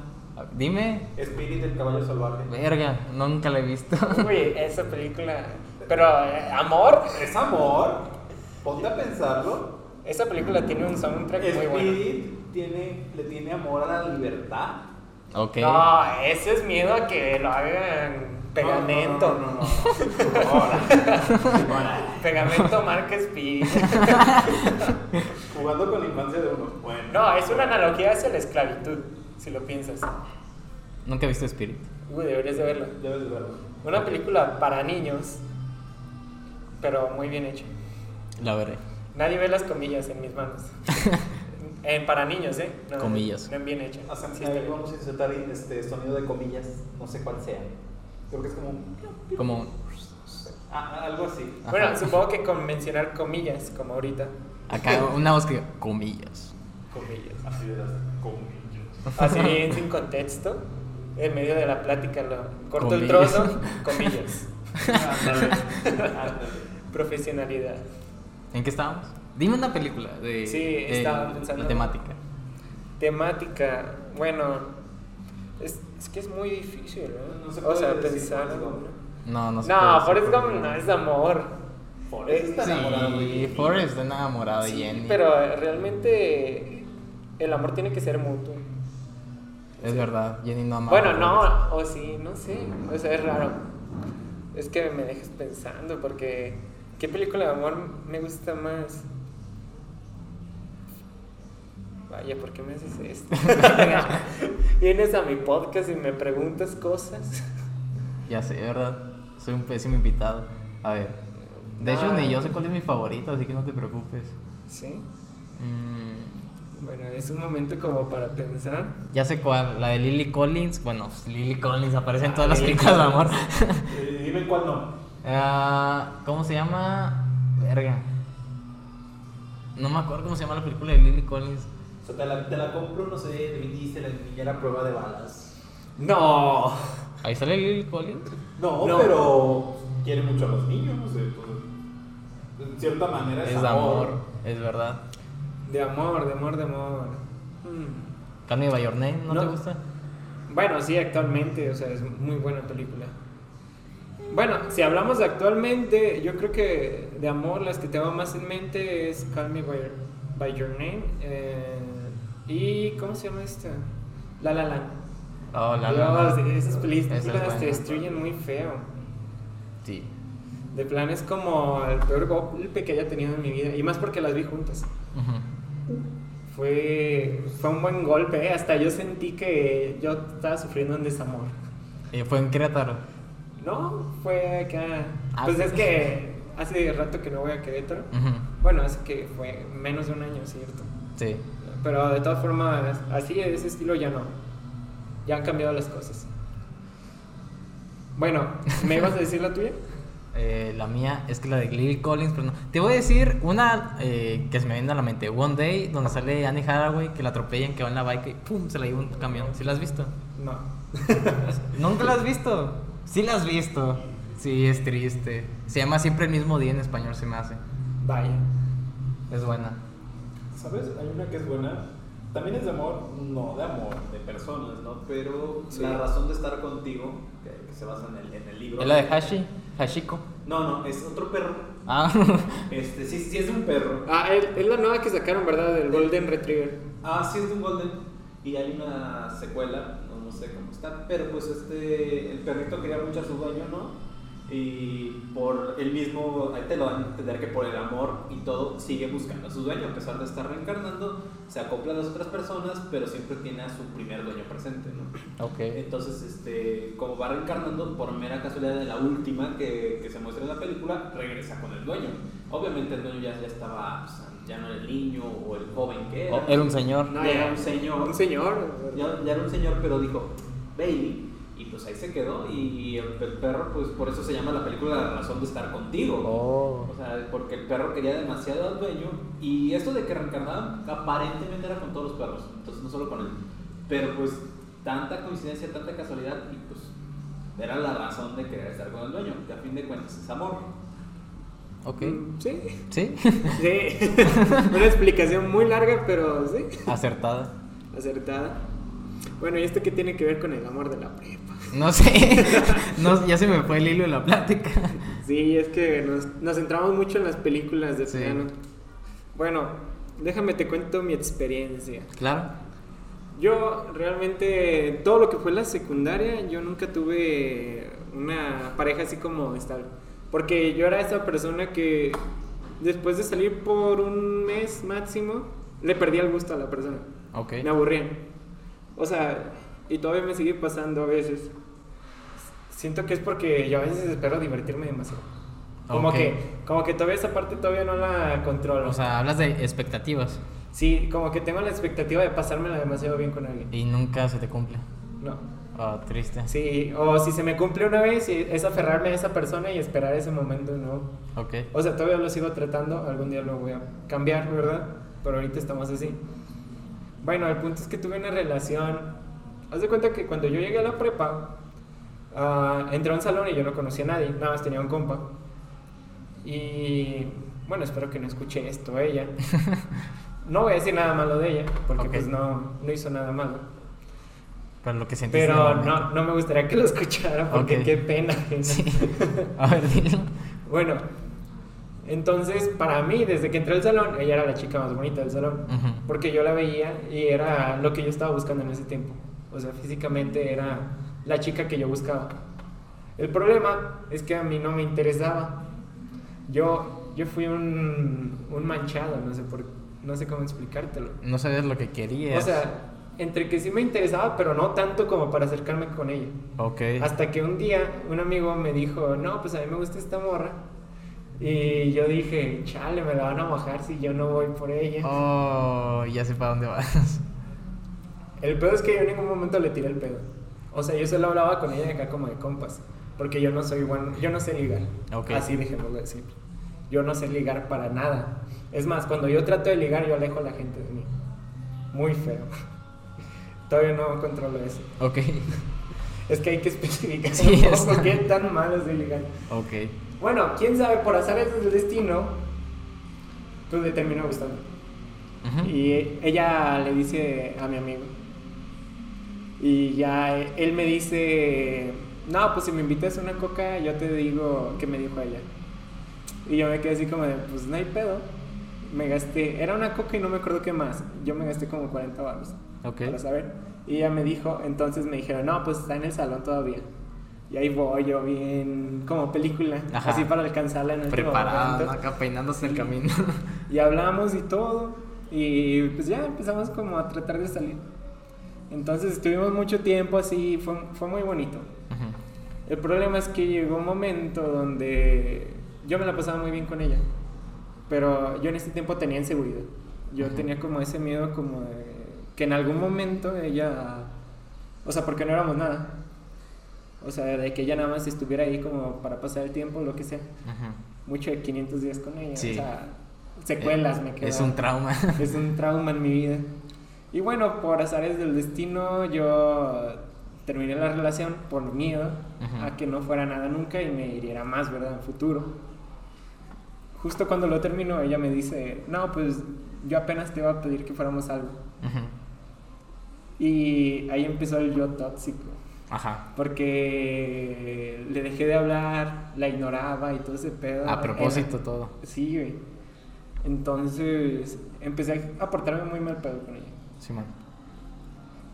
[SPEAKER 2] Dime.
[SPEAKER 4] Spirit del caballo salvaje.
[SPEAKER 2] Verga, nunca la he visto.
[SPEAKER 1] Oye, esa película. Pero, eh, ¿amor?
[SPEAKER 4] Es amor. Ponte a pensarlo.
[SPEAKER 1] Esa película tiene un soundtrack muy bueno.
[SPEAKER 4] Spirit tiene, le tiene amor a la libertad.
[SPEAKER 2] ok.
[SPEAKER 1] No, ese es miedo a que lo hagan pegamento.
[SPEAKER 4] No, no, no, no, no. Ahora. Ahora.
[SPEAKER 1] Pegamento marca Speed.
[SPEAKER 4] Jugando con la infancia de uno. Bueno.
[SPEAKER 1] No, es una analogía hacia la esclavitud, si lo piensas.
[SPEAKER 2] Nunca he visto Spirit.
[SPEAKER 1] Uy, deberías de verla.
[SPEAKER 4] Debes de verlo.
[SPEAKER 1] Una película para niños, pero muy bien hecha.
[SPEAKER 2] La veré.
[SPEAKER 1] Nadie ve las comillas en mis manos. En para niños, ¿eh? No,
[SPEAKER 2] Comillas.
[SPEAKER 1] No en bien hecha.
[SPEAKER 4] Hacen-
[SPEAKER 1] Sí,
[SPEAKER 4] a
[SPEAKER 1] está
[SPEAKER 4] ver,
[SPEAKER 1] bien.
[SPEAKER 4] vamos a insertar este sonido de comillas. No sé cuál sea. Creo que es como. un-
[SPEAKER 2] Como.
[SPEAKER 4] Ah, algo así.
[SPEAKER 2] Ajá.
[SPEAKER 1] Bueno, supongo que con mencionar comillas, como ahorita.
[SPEAKER 2] Acá una voz que. Comillas.
[SPEAKER 1] Comillas.
[SPEAKER 4] Así de las comillas.
[SPEAKER 1] Así bien sin contexto, en medio de la plática lo corto el
[SPEAKER 2] Comillas.
[SPEAKER 1] trozo, comillas.
[SPEAKER 4] Ándale. Ándale.
[SPEAKER 1] Profesionalidad.
[SPEAKER 2] ¿En qué estábamos? Dime una película de.
[SPEAKER 1] Sí,
[SPEAKER 2] de
[SPEAKER 1] estaba pensando-
[SPEAKER 2] La temática.
[SPEAKER 1] Temática, bueno, es, es que es muy difícil, ¿no?
[SPEAKER 4] No se
[SPEAKER 1] o
[SPEAKER 4] puede
[SPEAKER 1] sea,
[SPEAKER 4] decir
[SPEAKER 1] pensar.
[SPEAKER 4] Forrest Gump,
[SPEAKER 2] No, no sé.
[SPEAKER 1] No, Forrest Gump no es de amor.
[SPEAKER 4] Forrest
[SPEAKER 1] Eh,
[SPEAKER 4] está
[SPEAKER 1] sí,
[SPEAKER 4] enamorado de
[SPEAKER 2] Sí,
[SPEAKER 4] Jenny.
[SPEAKER 2] Forrest está enamorado de
[SPEAKER 1] sí,
[SPEAKER 2] Jenny.
[SPEAKER 1] pero eh, realmente el amor tiene que ser mutuo.
[SPEAKER 2] Es verdad, Jenny no ama.
[SPEAKER 1] Bueno,
[SPEAKER 2] a Forrest.
[SPEAKER 1] no, o sí, no sé, o sea, es raro. Es que me dejes pensando porque ¿qué película de amor me gusta más? Vaya, ¿por qué me haces esto? Vienes a mi podcast y me preguntas cosas.
[SPEAKER 2] Ya sé, ¿verdad? Soy un pésimo invitado. A ver. De hecho,
[SPEAKER 1] Ah.
[SPEAKER 2] ni yo sé cuál es mi favorita, así que no te preocupes.
[SPEAKER 1] Sí.
[SPEAKER 2] Mm,
[SPEAKER 1] Bueno, es un momento como para pensar.
[SPEAKER 2] ya sé cuál, la de Lily Collins. Bueno, pues, Lily Collins aparece en todas
[SPEAKER 1] Ah,
[SPEAKER 2] las
[SPEAKER 1] Lily
[SPEAKER 2] películas de amor.
[SPEAKER 4] Eh, dime cuál no.
[SPEAKER 2] Ah, ¿Cómo se llama? Verga. No me acuerdo cómo se llama la película de Lily Collins.
[SPEAKER 4] O sea, te la, te la compro, no sé, de Vin Diesel, la niñera prueba de balas.
[SPEAKER 1] No.
[SPEAKER 2] Ahí sale Lily Collins.
[SPEAKER 4] No,
[SPEAKER 1] No.
[SPEAKER 4] pero quiere mucho a los niños, no sé. pues, en cierta manera es,
[SPEAKER 2] Es de amor, es verdad.
[SPEAKER 1] De amor, de amor, de amor. Mm.
[SPEAKER 2] Call Me By Your Name, ¿no,
[SPEAKER 1] No.
[SPEAKER 2] te gusta?
[SPEAKER 1] Bueno, sí, actualmente, o sea, es muy buena película. Bueno, si hablamos de actualmente, yo creo que de amor las que tengo más en mente es Call Me By, By Your Name eh, y ¿cómo se llama esta? La La Land.
[SPEAKER 2] Oh, la, la, la.
[SPEAKER 1] Dios, esas películas
[SPEAKER 2] Esa es buena.
[SPEAKER 1] te destruyen muy feo.
[SPEAKER 2] Sí.
[SPEAKER 1] De plan es como el peor golpe que haya tenido en mi vida. Y más porque las vi juntas.
[SPEAKER 2] Ujú.
[SPEAKER 1] Fue, fue un buen golpe. ¿eh? Hasta yo sentí que yo estaba sufriendo un desamor.
[SPEAKER 2] Y Eh, fue en Querétaro.
[SPEAKER 1] No, fue acá.
[SPEAKER 2] Ah,
[SPEAKER 1] pues
[SPEAKER 2] sí.
[SPEAKER 1] es que hace rato que no voy a Querétaro.
[SPEAKER 2] Ujú.
[SPEAKER 1] Bueno, hace que fue menos de un año, ¿cierto?
[SPEAKER 2] Sí.
[SPEAKER 1] Pero de todas formas, así de ese estilo ya no. Ya han cambiado las cosas. Bueno, ¿me ibas a decir la tuya?
[SPEAKER 2] Eh, la mía es que la de Lily Collins, pero no. Te voy a decir una eh, que se me viene a la mente. One Day, donde sale Annie Hathaway, que la atropellan, que va en la bike y ¡pum! se la lleva un camión. ¿Sí la has visto?
[SPEAKER 1] No.
[SPEAKER 2] ¿Nunca la has visto? Sí la has visto. Sí, es triste. Se llama siempre el mismo día en español, se me hace.
[SPEAKER 1] Vaya.
[SPEAKER 2] Es buena.
[SPEAKER 4] ¿Sabes? Hay una que es buena. También es de amor, no de amor, de personas, ¿no? Pero
[SPEAKER 1] Sí.
[SPEAKER 4] la razón de estar contigo, que, que se basa en el, en el libro.
[SPEAKER 2] ¿Es la de Hashi? ¿Hashiko?
[SPEAKER 4] No, no, es otro perro.
[SPEAKER 2] Ah,
[SPEAKER 4] Este, sí, sí es de un perro.
[SPEAKER 1] Ah, es es la nueva que sacaron, ¿verdad? Del Golden Retriever.
[SPEAKER 4] Ah, sí, es de un Golden. Y hay una secuela, no, no sé cómo está, pero pues este, el perrito quería mucho a su dueño, ¿no? Y por el mismo, ahí te lo van a entender que por el amor y todo, sigue buscando a su dueño, a pesar de estar reencarnando, se acopla a las otras personas, pero siempre tiene a su primer dueño presente, ¿no?
[SPEAKER 2] ok.
[SPEAKER 4] Entonces, este, como va reencarnando, por mera casualidad de la última que, que se muestra en la película, regresa con el dueño. Obviamente el dueño ya, ya estaba, pues, ya no era el niño o el joven que era.
[SPEAKER 2] Oh, era un señor.
[SPEAKER 1] No,
[SPEAKER 4] ya
[SPEAKER 1] ya.
[SPEAKER 4] era un señor.
[SPEAKER 1] Un señor.
[SPEAKER 4] Ya, ya era un señor, pero dijo, Bailey. Y pues ahí se quedó. Y el, el perro, pues por eso se llama la película La razón de estar contigo.
[SPEAKER 2] Oh.
[SPEAKER 4] O sea, porque el perro quería demasiado al dueño. Y esto de que reencarnaban aparentemente era con todos los perros. Entonces no solo con él. Pero pues tanta coincidencia, tanta casualidad. Y pues era la razón de querer estar con el dueño. Que a fin de cuentas es amor.
[SPEAKER 2] Ok.
[SPEAKER 1] Sí.
[SPEAKER 2] ¿Sí?
[SPEAKER 1] Sí. Una explicación muy larga, pero sí.
[SPEAKER 2] Acertada.
[SPEAKER 1] Acertada. Bueno, ¿y esto qué tiene que ver con el amor de la prepa?
[SPEAKER 2] No sé. No, ya se me fue el hilo de la plática.
[SPEAKER 1] Sí, es que nos, nos centramos mucho en las películas de
[SPEAKER 2] Sí.
[SPEAKER 1] plano. Bueno, déjame te cuento mi experiencia.
[SPEAKER 2] Claro.
[SPEAKER 1] Yo realmente, todo lo que fue la secundaria, yo nunca tuve una pareja así como estable. Porque yo era esa persona que después de salir por un mes máximo, le perdía el gusto a la persona.
[SPEAKER 2] Ok.
[SPEAKER 1] Me aburrían. O sea, y todavía me sigue pasando a veces. Siento que es porque yo a veces espero divertirme demasiado. Como
[SPEAKER 2] Ok.
[SPEAKER 1] que como que todavía esa parte todavía no la controlo.
[SPEAKER 2] O sea, hablas de expectativas
[SPEAKER 1] sí, como que tengo la expectativa de pasármela demasiado bien con alguien.
[SPEAKER 2] y nunca se te cumple.
[SPEAKER 1] No.
[SPEAKER 2] Ah, triste.
[SPEAKER 1] Sí, o si se me cumple una vez y- es aferrarme a esa persona y esperar ese momento, ¿no?
[SPEAKER 2] Ok.
[SPEAKER 1] O sea, todavía lo sigo tratando, algún día lo voy a cambiar, ¿verdad? Pero ahorita estamos así. Bueno, el punto es que tuve una relación. Haz de cuenta que cuando yo llegué a la prepa, ah, entré a un salón y yo no conocía a nadie, nada más tenía un compa. Y bueno, espero que no escuche esto ella. No voy a decir nada malo de ella, porque
[SPEAKER 2] Ok.
[SPEAKER 1] pues no, no hizo nada malo.
[SPEAKER 2] Pero lo que sentiste. en el
[SPEAKER 1] Pero
[SPEAKER 2] momento.
[SPEAKER 1] no, no me gustaría que lo escuchara porque
[SPEAKER 2] Ok.
[SPEAKER 1] qué pena.
[SPEAKER 2] Sí. A ver, dilo.
[SPEAKER 1] bueno, entonces para mí, desde que entré al salón, ella era la chica más bonita del salón.
[SPEAKER 2] Ujú.
[SPEAKER 1] Porque yo la veía y era lo que yo estaba buscando en ese tiempo. O sea, físicamente era la chica que yo buscaba. El problema es que a mí no me interesaba. Yo, yo fui un, un manchado, no sé, por, no sé cómo explicártelo.
[SPEAKER 2] No sabías lo que
[SPEAKER 1] O
[SPEAKER 2] querías.
[SPEAKER 1] sea, entre que sí me interesaba, pero no tanto como para acercarme con ella.
[SPEAKER 2] ok.
[SPEAKER 1] Hasta que un día un amigo me dijo, no, pues a mí me gusta esta morra. Y yo dije, chale, me la van a bajar si yo no voy por ella.
[SPEAKER 2] Oh, ya sé para dónde vas.
[SPEAKER 1] El pedo es que yo en ningún momento le tiré el pedo. O sea, yo solo hablaba con ella de acá como de compas. Porque yo no soy bueno, yo no sé ligar.
[SPEAKER 2] Ok.
[SPEAKER 1] Así dejémoslo decir. Yo no sé ligar para nada. Es más, cuando yo trato de ligar, yo alejo a la gente de mí. Muy feo. Todavía no controlo eso.
[SPEAKER 2] Ok.
[SPEAKER 1] Es que hay que especificar
[SPEAKER 2] Sí,
[SPEAKER 1] un poco
[SPEAKER 2] está.
[SPEAKER 1] qué tan malo es de ligar.
[SPEAKER 2] Ok.
[SPEAKER 1] Bueno, quién sabe, por azares del destino, pues le terminó gustando.
[SPEAKER 2] Ujú.
[SPEAKER 1] Y ella le dice a mi amigo. Y ya eh, él me dice, no, pues si me invitas a una coca, yo te digo que me dijo ella. Y yo me quedé así como de, pues no hay pedo. Me gasté, era una coca y no me acuerdo qué más. Yo me gasté como 40 baros.
[SPEAKER 2] Ok.
[SPEAKER 1] para saber. Y ella me dijo, entonces me dijeron, no, pues está en el salón todavía. Y ahí voy yo bien, como película,
[SPEAKER 2] Ajá.
[SPEAKER 1] así para alcanzarla en el
[SPEAKER 2] Preparada, acá peinándose el camino.
[SPEAKER 1] Y hablamos y todo. Y pues ya empezamos como a tratar de salir. Entonces estuvimos mucho tiempo así, fue, fue muy bonito.
[SPEAKER 2] Ujú.
[SPEAKER 1] El problema es que llegó un momento donde yo me la pasaba muy bien con ella, pero yo en ese tiempo tenía inseguridad. Yo
[SPEAKER 2] Ajá.
[SPEAKER 1] tenía como ese miedo como de que en algún momento ella, o sea, porque no éramos nada. O sea, de que ella nada más estuviera ahí como para pasar el tiempo, lo que sea.
[SPEAKER 2] Ujú.
[SPEAKER 1] Mucho de 500 días con ella.
[SPEAKER 2] Sí.
[SPEAKER 1] O sea, secuelas me quedaron.
[SPEAKER 2] Eh, Es un trauma.
[SPEAKER 1] Es un trauma en mi vida. Y bueno, por azares del destino, yo terminé la relación por miedo
[SPEAKER 2] Ujú.
[SPEAKER 1] a que no fuera nada nunca y me hiriera más, ¿verdad? En futuro. Justo cuando lo termino, ella me dice, no, pues yo apenas te iba a pedir que fuéramos algo.
[SPEAKER 2] Ujú.
[SPEAKER 1] Y ahí empezó el yo tóxico,
[SPEAKER 2] Ajá.
[SPEAKER 1] porque le dejé de hablar, la ignoraba y todo ese pedo.
[SPEAKER 2] A propósito todo.
[SPEAKER 1] Sí, güey. Entonces empecé a portarme muy mal pedo con ella.
[SPEAKER 2] Simón.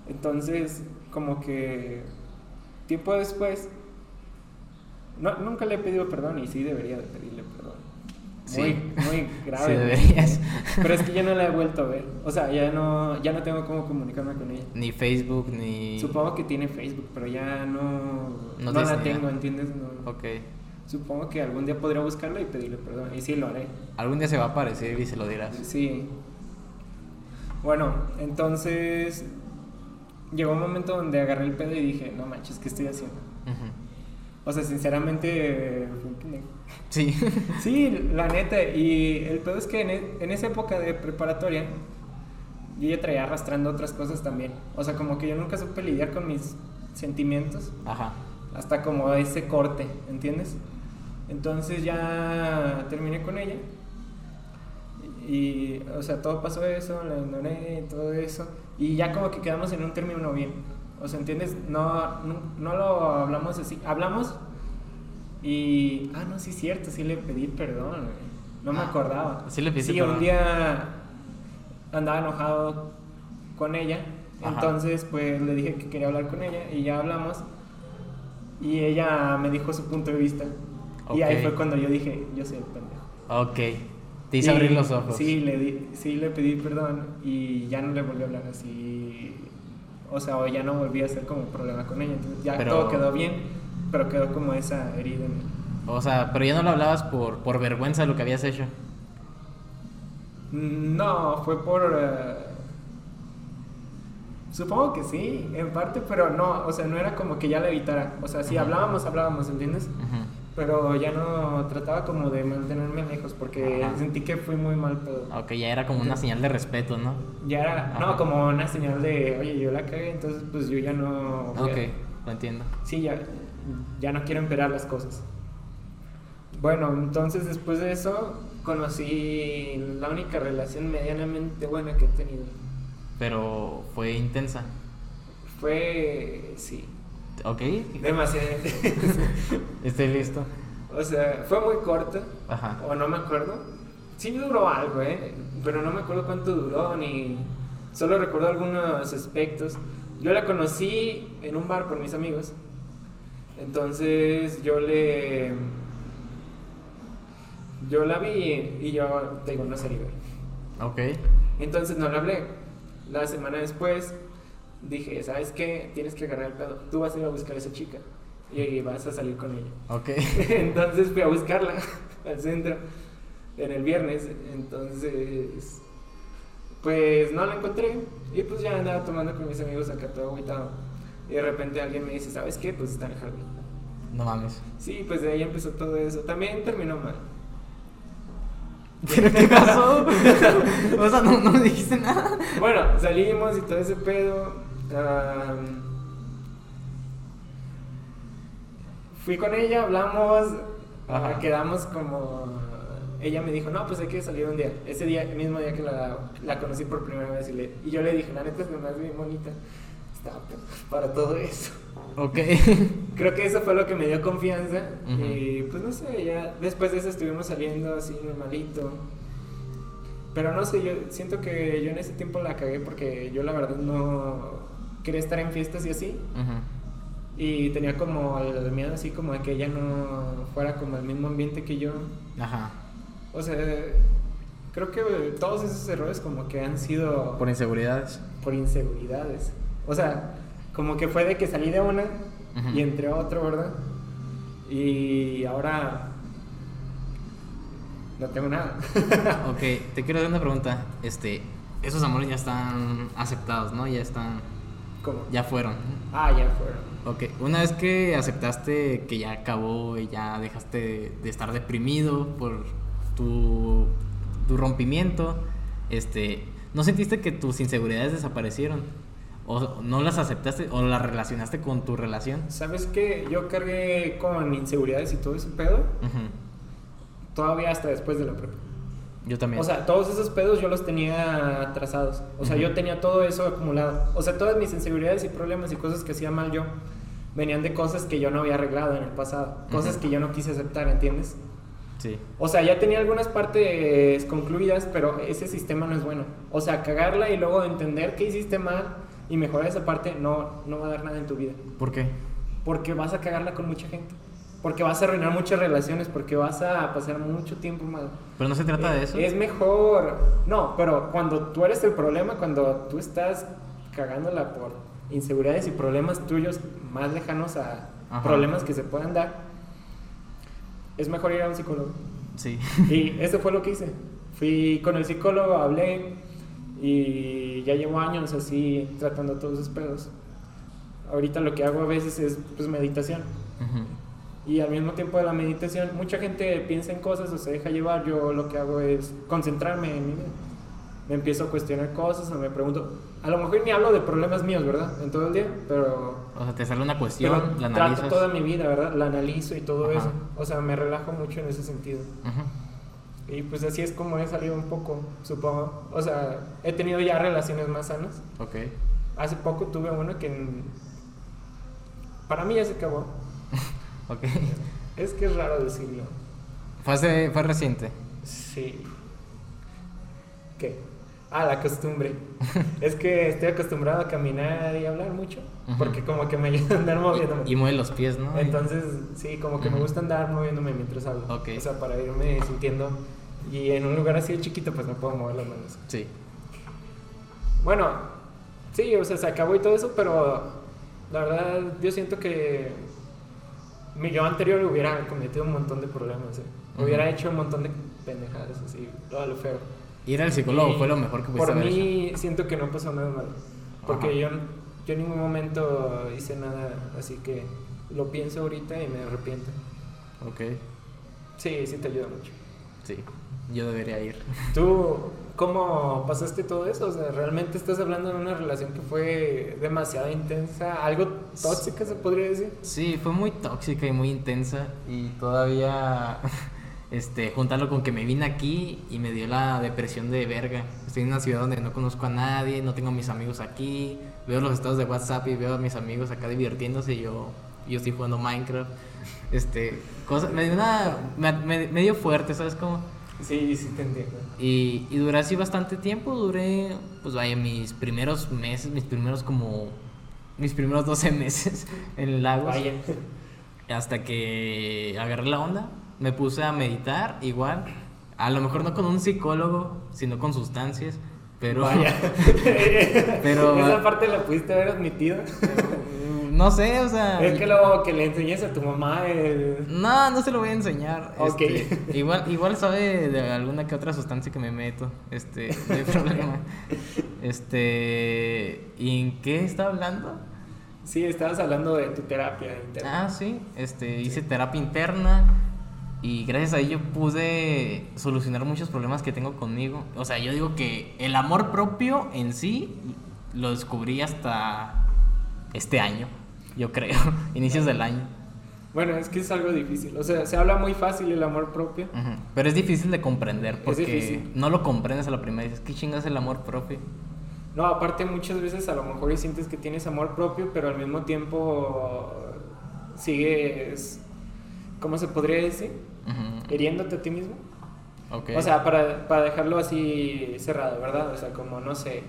[SPEAKER 1] Entonces, como que tiempo después, no, nunca le he pedido perdón y sí debería de pedirle perdón. Muy,
[SPEAKER 2] Sí.
[SPEAKER 1] muy grave.
[SPEAKER 2] Sí, deberías.
[SPEAKER 1] Pero es que ya no la he vuelto a ver. O sea, ya no, ya no tengo cómo comunicarme con ella.
[SPEAKER 2] Ni Facebook, ni...
[SPEAKER 1] Supongo que tiene Facebook, pero ya no,
[SPEAKER 2] No
[SPEAKER 1] no,
[SPEAKER 2] tienes
[SPEAKER 1] la
[SPEAKER 2] ni
[SPEAKER 1] tengo,
[SPEAKER 2] idea.
[SPEAKER 1] ¿entiendes? No.
[SPEAKER 2] Ok.
[SPEAKER 1] Supongo que algún día podría buscarla y pedirle perdón. Y sí lo haré.
[SPEAKER 2] Algún día se va a aparecer y se lo dirás.
[SPEAKER 1] Sí. Bueno, entonces llegó un momento donde agarré el pedo y dije, no manches, ¿qué estoy haciendo?
[SPEAKER 2] Ujú.
[SPEAKER 1] O sea, sinceramente... fue un pendejo.
[SPEAKER 2] Sí.
[SPEAKER 1] Sí, la neta. Y el pedo es que en, e- en esa época de preparatoria yo ya traía arrastrando otras cosas también. O sea, como que yo nunca supe lidiar con mis sentimientos
[SPEAKER 2] Ajá.
[SPEAKER 1] hasta como ese corte, ¿entiendes? Entonces ya terminé con ella. Y, o sea, todo pasó eso, la abandoné, todo eso. Y ya como que quedamos en un término bien. O sea, ¿entiendes? No, no, no lo hablamos así. Hablamos y... Ah, no, sí es cierto, sí le pedí perdón. güey. No me
[SPEAKER 2] Ah,
[SPEAKER 1] acordaba.
[SPEAKER 2] sí le pediste
[SPEAKER 1] Sí, un
[SPEAKER 2] perdón.
[SPEAKER 1] día andaba enojado con ella.
[SPEAKER 2] Ajá.
[SPEAKER 1] Entonces, pues le dije que quería hablar con ella y ya hablamos. Y ella me dijo su punto de vista. Y ahí
[SPEAKER 2] Ok.
[SPEAKER 1] fue cuando yo dije, yo soy el pendejo.
[SPEAKER 2] Ok. Te hice
[SPEAKER 1] Y-
[SPEAKER 2] abrir los ojos.
[SPEAKER 1] Sí le, di- sí, le pedí perdón y ya no le volví a hablar así. O sea, o ya no volví a hacer como problema con ella. Entonces ya
[SPEAKER 2] Pero-
[SPEAKER 1] todo quedó bien, pero quedó como esa herida. en mí.
[SPEAKER 2] O sea, pero ya no lo hablabas por, por vergüenza de lo que habías hecho.
[SPEAKER 1] No, fue por... eh, Supongo que sí, en parte, pero no, o sea, no era como que ya la evitara. O sea, si
[SPEAKER 2] Ujú.
[SPEAKER 1] hablábamos, hablábamos, ¿entiendes?
[SPEAKER 2] Ujú.
[SPEAKER 1] Pero ya no trataba como de mantenerme lejos porque
[SPEAKER 2] Ajá.
[SPEAKER 1] sentí que fui muy mal pedo.
[SPEAKER 2] Ok, ya era como una señal de respeto, ¿no?
[SPEAKER 1] Ya era, no,
[SPEAKER 2] Ajá.
[SPEAKER 1] como una señal de, oye, yo la cagué, entonces pues yo ya no... voy a-
[SPEAKER 2] Ok, lo entiendo.
[SPEAKER 1] Sí, ya, ya no quiero empeorar las cosas. Bueno, entonces después de eso conocí la única relación medianamente buena que he tenido.
[SPEAKER 2] Pero fue intensa.
[SPEAKER 1] Fue, sí,
[SPEAKER 2] Ok,
[SPEAKER 1] demasiado.
[SPEAKER 2] estoy listo.
[SPEAKER 1] o sea, fue muy corta,
[SPEAKER 2] Ajá.
[SPEAKER 1] o no me acuerdo. Sí duró algo, ¿eh? Pero no me acuerdo cuánto duró, ni... Solo recuerdo algunos aspectos. Yo la conocí en un bar por mis amigos. Entonces yo le... Yo la vi y yo, te digo, no sería
[SPEAKER 2] Ok,
[SPEAKER 1] Entonces no le hablé. La semana después dije, ¿sabes qué? Tienes que agarrar el pedo. Tú vas a ir a buscar a esa chica y vas a salir con ella.
[SPEAKER 2] ok.
[SPEAKER 1] Entonces fui a buscarla al centro en el viernes. Entonces, pues no la encontré. Y pues ya andaba tomando con mis amigos acá todo agüitado. Y de repente alguien me dice, ¿sabes qué? Pues está en el jardín.
[SPEAKER 2] No mames.
[SPEAKER 1] Sí, pues de ahí empezó todo eso. También terminó mal.
[SPEAKER 2] ¿Pero qué pasó? o sea, no, no me dijiste nada.
[SPEAKER 1] Bueno, salimos y todo ese pedo. am, fui con ella, hablamos, ah,
[SPEAKER 2] Ajá.
[SPEAKER 1] quedamos como... Ella me dijo, no, pues hay que salir un día. Ese día, el mismo día que la, la conocí por primera vez. Y, le- y yo le dije, la neta es que me ves bien bonita. Estaba pe- para todo eso.
[SPEAKER 2] Ok.
[SPEAKER 1] Creo que eso fue lo que me dio confianza.
[SPEAKER 2] Ujú.
[SPEAKER 1] Y pues no sé, ya después de eso estuvimos saliendo así normalito. Pero no sé, yo siento que yo en ese tiempo la cagué porque yo la verdad no quería estar en fiestas y así.
[SPEAKER 2] Ujú.
[SPEAKER 1] Y tenía como el miedo así como de que ella no fuera como el mismo ambiente que yo.
[SPEAKER 2] Ajá.
[SPEAKER 1] O sea, creo que todos esos errores como que han sido
[SPEAKER 2] Por inseguridades.
[SPEAKER 1] por inseguridades. O sea, como que fue de que salí de una
[SPEAKER 2] Ujú.
[SPEAKER 1] y entré a otra, ¿verdad? Y ahora no tengo nada.
[SPEAKER 2] Ok, te quiero hacer una pregunta. Este, esos amores ya están aceptados, ¿no? Ya están,
[SPEAKER 1] ¿Cómo?
[SPEAKER 2] ya fueron.
[SPEAKER 1] Ah, ya fueron.
[SPEAKER 2] Ok, una vez que aceptaste que ya acabó y ya dejaste de, de estar deprimido por tu, tu rompimiento, este, ¿no sentiste que tus inseguridades desaparecieron? ¿O no las aceptaste o las relacionaste con tu relación?
[SPEAKER 1] ¿Sabes qué? Yo cargué con inseguridades y todo ese pedo
[SPEAKER 2] Ujú,
[SPEAKER 1] todavía hasta después de la prepa.
[SPEAKER 2] Yo también.
[SPEAKER 1] O sea, todos esos pedos yo los tenía trazados. O sea,
[SPEAKER 2] Ujú.
[SPEAKER 1] yo tenía todo eso acumulado. O sea, todas mis inseguridades y problemas y cosas que hacía mal yo venían de cosas que yo no había arreglado en el pasado. Cosas
[SPEAKER 2] Ujú.
[SPEAKER 1] que yo no quise aceptar, ¿entiendes?
[SPEAKER 2] sí.
[SPEAKER 1] O sea, ya tenía algunas partes concluidas, pero ese sistema no es bueno. O sea, cagarla y luego entender que hiciste mal y mejorar esa parte no, no va a dar nada en tu vida.
[SPEAKER 2] ¿Por qué?
[SPEAKER 1] Porque vas a cagarla con mucha gente. Porque vas a arruinar muchas relaciones, porque vas a pasar mucho tiempo mal.
[SPEAKER 2] Pero no se trata de
[SPEAKER 1] Eh,
[SPEAKER 2] eso.
[SPEAKER 1] Es mejor. No, pero cuando tú eres el problema, cuando tú estás cagándola por inseguridades y problemas tuyos más lejanos a
[SPEAKER 2] Ajá.
[SPEAKER 1] problemas que se puedan dar, es mejor ir a un psicólogo.
[SPEAKER 2] Sí.
[SPEAKER 1] Y eso fue lo que hice. Fui con el psicólogo, hablé y ya llevo años así tratando todos esos pedos. Ahorita lo que hago a veces es pues meditación.
[SPEAKER 2] Ujú.
[SPEAKER 1] Y al mismo tiempo de la meditación, mucha gente piensa en cosas o se deja llevar. Yo lo que hago es concentrarme en mí. mismo. Me empiezo a cuestionar cosas o me pregunto. A lo mejor ni hablo de problemas míos, ¿verdad? En todo el día, pero,
[SPEAKER 2] O sea, te sale una
[SPEAKER 1] pero
[SPEAKER 2] cuestión, la
[SPEAKER 1] trato
[SPEAKER 2] analizas.
[SPEAKER 1] toda mi vida, ¿verdad? La analizo y todo
[SPEAKER 2] Ajá.
[SPEAKER 1] eso. O sea, me relajo mucho en ese sentido.
[SPEAKER 2] Ujú.
[SPEAKER 1] Y pues así es como he salido un poco, supongo. O sea, he tenido ya relaciones más sanas.
[SPEAKER 2] Ok.
[SPEAKER 1] Hace poco tuve una que en- para mí ya se acabó.
[SPEAKER 2] Ok.
[SPEAKER 1] Es que es raro decirlo.
[SPEAKER 2] Fue, hace- fue reciente.
[SPEAKER 1] Sí. ¿Qué? Ah, la costumbre. es que estoy acostumbrado a caminar y hablar mucho,
[SPEAKER 2] Ujú.
[SPEAKER 1] porque como que me ayuda a andar moviéndome.
[SPEAKER 2] Y, y mueve los pies, ¿no?
[SPEAKER 1] Entonces, sí, como que me
[SPEAKER 2] Ujú.
[SPEAKER 1] gusta andar moviéndome mientras hablo.
[SPEAKER 2] Ok.
[SPEAKER 1] O sea, para irme sintiendo. Y en un lugar así de chiquito, pues no puedo mover las manos.
[SPEAKER 2] Sí.
[SPEAKER 1] Bueno, sí, o sea, se acabó y todo eso, pero la verdad yo siento que mi yo anterior hubiera cometido un montón de problemas, ¿eh?
[SPEAKER 2] Ujú.
[SPEAKER 1] hubiera hecho un montón de pendejadas, así, todo lo feo.
[SPEAKER 2] Ir al
[SPEAKER 1] Y
[SPEAKER 2] psicólogo fue lo mejor que pudiste
[SPEAKER 1] Por
[SPEAKER 2] haber
[SPEAKER 1] mí siento que no pasó nada malo, porque yo,
[SPEAKER 2] Ajá.
[SPEAKER 1] yo en ningún momento hice nada, así que lo pienso ahorita y me arrepiento.
[SPEAKER 2] hecho. Ok.
[SPEAKER 1] Sí, sí te ayuda mucho.
[SPEAKER 2] Sí. Yo debería ir.
[SPEAKER 1] ¿Tú cómo pasaste todo eso? O sea, realmente estás hablando de una relación que fue demasiado intensa, algo tóxica se podría decir.
[SPEAKER 2] Sí, fue muy tóxica y muy intensa. Y todavía. Este, juntarlo con que me vine aquí y me dio la depresión de verga. Estoy en una ciudad donde no conozco a nadie, no tengo a mis amigos aquí. Veo los estados de WhatsApp y veo a mis amigos acá divirtiéndose y yo, yo estoy jugando Minecraft. Este, cosa, me, dio una, me, me- me dio fuerte, ¿sabes cómo?
[SPEAKER 1] Sí, sí te entiendo.
[SPEAKER 2] Y, y duré así bastante tiempo, duré, pues vaya, mis primeros meses, mis primeros como, mis primeros 12 meses en Lagos.
[SPEAKER 1] Vaya.
[SPEAKER 2] Hasta que agarré la onda, me puse a meditar igual, a lo mejor no con un psicólogo, sino con sustancias, pero...
[SPEAKER 1] Vaya.
[SPEAKER 2] Pero-
[SPEAKER 1] Esa parte la pudiste haber admitido.
[SPEAKER 2] no sé, o sea...
[SPEAKER 1] es que lo que le enseñes a tu mamá el...
[SPEAKER 2] No, no se lo voy a enseñar.
[SPEAKER 1] Ok.
[SPEAKER 2] este, igual, igual sabe de alguna que otra sustancia que me meto. Este, no hay problema. Este, ¿y en qué está hablando?
[SPEAKER 1] Sí, estabas hablando de tu terapia interna.
[SPEAKER 2] Ah, sí. Este, hice terapia interna y gracias a ello pude solucionar muchos problemas que tengo conmigo. O sea, yo digo que el amor propio en sí lo descubrí hasta este año, yo creo, inicios del año.
[SPEAKER 1] Bueno, es que es algo difícil. O sea, se habla muy fácil el amor propio.
[SPEAKER 2] Ujú. Pero es difícil de comprender porque
[SPEAKER 1] difícil.
[SPEAKER 2] no lo comprendes a la primera. Dices, ¿qué chingas el amor propio?
[SPEAKER 1] No, aparte muchas veces a lo mejor y sientes que tienes amor propio, pero al mismo tiempo sigues, ¿cómo se podría decir?
[SPEAKER 2] Ujú.
[SPEAKER 1] Hiriéndote a ti mismo.
[SPEAKER 2] Ok.
[SPEAKER 1] O sea, para, para dejarlo así cerrado, ¿verdad? O sea, como no sé,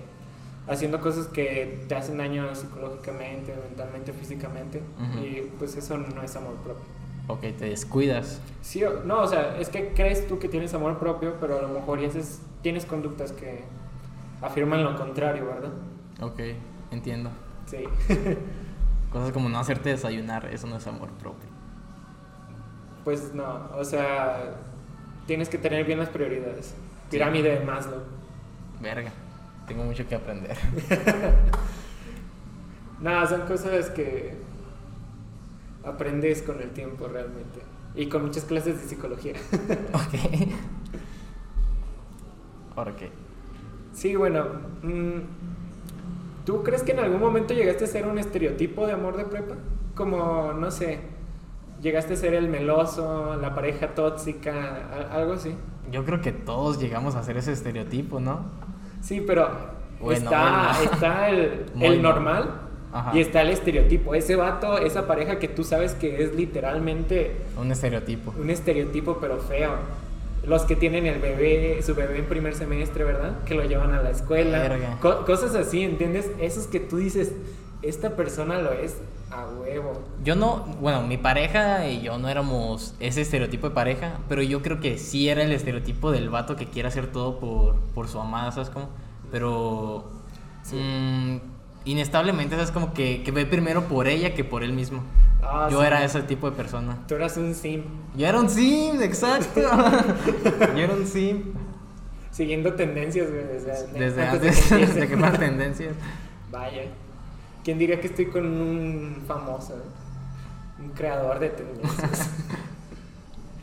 [SPEAKER 1] haciendo cosas que te hacen daño psicológicamente, mentalmente, físicamente.
[SPEAKER 2] Ujú.
[SPEAKER 1] Y pues eso no es amor propio.
[SPEAKER 2] Ok, te descuidas.
[SPEAKER 1] Sí, o- no, o sea, es que crees tú que tienes amor propio, pero a lo mejor ya haces- tienes conductas que afirman lo contrario, ¿verdad?
[SPEAKER 2] Ok, entiendo.
[SPEAKER 1] Sí.
[SPEAKER 2] Cosas como no hacerte desayunar, eso no es amor propio.
[SPEAKER 1] pues no, o sea, tienes que tener bien las prioridades. Pirámide de Maslow.
[SPEAKER 2] Verga, tengo mucho que aprender.
[SPEAKER 1] Nada, son cosas que aprendes con el tiempo realmente. Y con muchas clases de psicología.
[SPEAKER 2] ok. Ahora qué.
[SPEAKER 1] sí, bueno. mm, ¿Tú crees que en algún momento llegaste a ser un estereotipo de amor de prepa? Como, no sé, llegaste a ser el meloso, la pareja tóxica, a- algo así.
[SPEAKER 2] Yo creo que todos llegamos a hacer ese estereotipo, ¿no?
[SPEAKER 1] Sí, pero
[SPEAKER 2] Bueno,
[SPEAKER 1] está,
[SPEAKER 2] bueno.
[SPEAKER 1] está el,
[SPEAKER 2] Muy
[SPEAKER 1] el
[SPEAKER 2] no.
[SPEAKER 1] normal
[SPEAKER 2] Ajá.
[SPEAKER 1] y está el estereotipo. Ese vato, esa pareja que tú sabes que es literalmente
[SPEAKER 2] Un estereotipo.
[SPEAKER 1] un estereotipo, pero feo. Los que tienen el bebé, su bebé en primer semestre, ¿verdad? Que lo llevan a la escuela.
[SPEAKER 2] Verga.
[SPEAKER 1] Co- cosas así, ¿entiendes? Esos que tú dices, esta persona lo es a huevo.
[SPEAKER 2] Yo no, bueno, mi pareja y yo no éramos ese estereotipo de pareja, pero yo creo que sí era el estereotipo del vato que quiere hacer todo por, por su amada, ¿sabes cómo? Pero mm, inestablemente, ¿sabes como que, que ve primero por ella que por él mismo?
[SPEAKER 1] Ah,
[SPEAKER 2] yo
[SPEAKER 1] sí.
[SPEAKER 2] era ese tipo de persona.
[SPEAKER 1] Tú eras un sim,
[SPEAKER 2] Yo era un sim, exacto. yo era un sim.
[SPEAKER 1] siguiendo tendencias, güey. o sea,
[SPEAKER 2] Desde
[SPEAKER 1] de
[SPEAKER 2] antes,
[SPEAKER 1] que
[SPEAKER 2] desde
[SPEAKER 1] empiece.
[SPEAKER 2] que más tendencias.
[SPEAKER 1] Vaya. ¿Quién diría que estoy con un famoso? eh? Un creador de tendencias.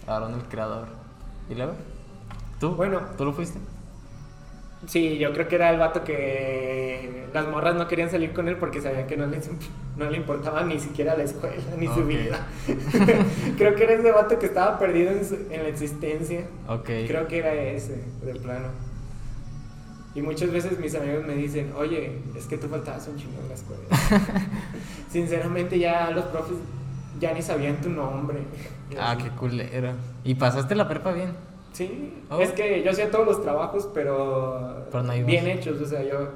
[SPEAKER 2] Aaron el creador. ¿Y luego? ¿Tú?
[SPEAKER 1] Bueno.
[SPEAKER 2] ¿Tú lo fuiste?
[SPEAKER 1] sí, yo creo que era el vato que las morras no querían salir con él porque sabían que no le, no le importaba ni siquiera la escuela ni su
[SPEAKER 2] Ok.
[SPEAKER 1] vida. creo que era ese vato que estaba perdido en, su- en la existencia.
[SPEAKER 2] Ok.
[SPEAKER 1] Creo que era ese, de plano. Y muchas veces mis amigos me dicen, oye, es que tú faltabas un chingo en la escuela. Sinceramente ya los profes ya ni sabían tu nombre.
[SPEAKER 2] Ah, qué culera. ¿Y pasaste la prepa bien?
[SPEAKER 1] Sí,
[SPEAKER 2] Oh.
[SPEAKER 1] es que yo hacía todos los trabajos, pero,
[SPEAKER 2] Pero no hay
[SPEAKER 1] bien
[SPEAKER 2] más.
[SPEAKER 1] hechos. O sea, yo,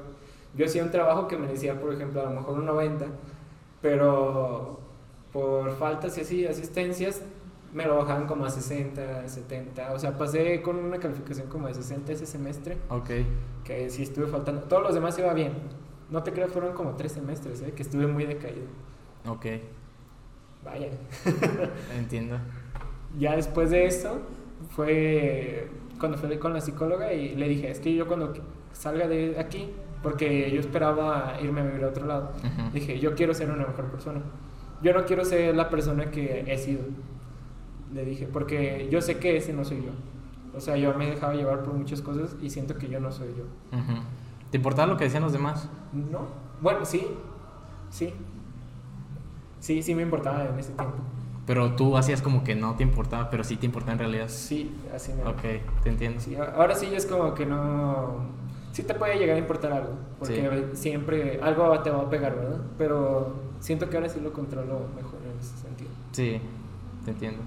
[SPEAKER 1] yo hacía un trabajo que merecía, por ejemplo, a lo mejor un 90, pero por faltas y así, asistencias, me lo bajaban como a 60, 70. O sea, pasé con una calificación como de 60 ese semestre,
[SPEAKER 2] Ok.
[SPEAKER 1] que sí estuve faltando. Todos los demás iba bien. No te creas, fueron como tres semestres, ¿eh? que estuve muy decaído.
[SPEAKER 2] Ok.
[SPEAKER 1] Vaya.
[SPEAKER 2] Entiendo.
[SPEAKER 1] Ya después de eso, fue cuando fui con la psicóloga y le dije, es que yo cuando qu- salga de aquí, porque yo esperaba irme a vivir a otro lado,
[SPEAKER 2] Ujú.
[SPEAKER 1] dije, yo quiero ser una mejor persona. Yo no quiero ser la persona que he sido. Le dije, porque yo sé que ese no soy yo. O sea, yo me he dejado llevar por muchas cosas y siento que yo no soy yo.
[SPEAKER 2] Ujú. ¿Te importaba lo que decían los demás?
[SPEAKER 1] No, bueno, sí, sí. Sí, sí me importaba en ese tiempo.
[SPEAKER 2] Pero tú hacías como que no te importaba, pero sí te importaba en realidad.
[SPEAKER 1] Sí, así me...
[SPEAKER 2] Ok, te entiendo.
[SPEAKER 1] Sí, a- ahora sí es como que no. Sí te puede llegar a importar algo, porque siempre algo te va a pegar, ¿verdad? Pero siento que ahora sí lo controlo mejor en ese sentido.
[SPEAKER 2] Sí, te entiendo.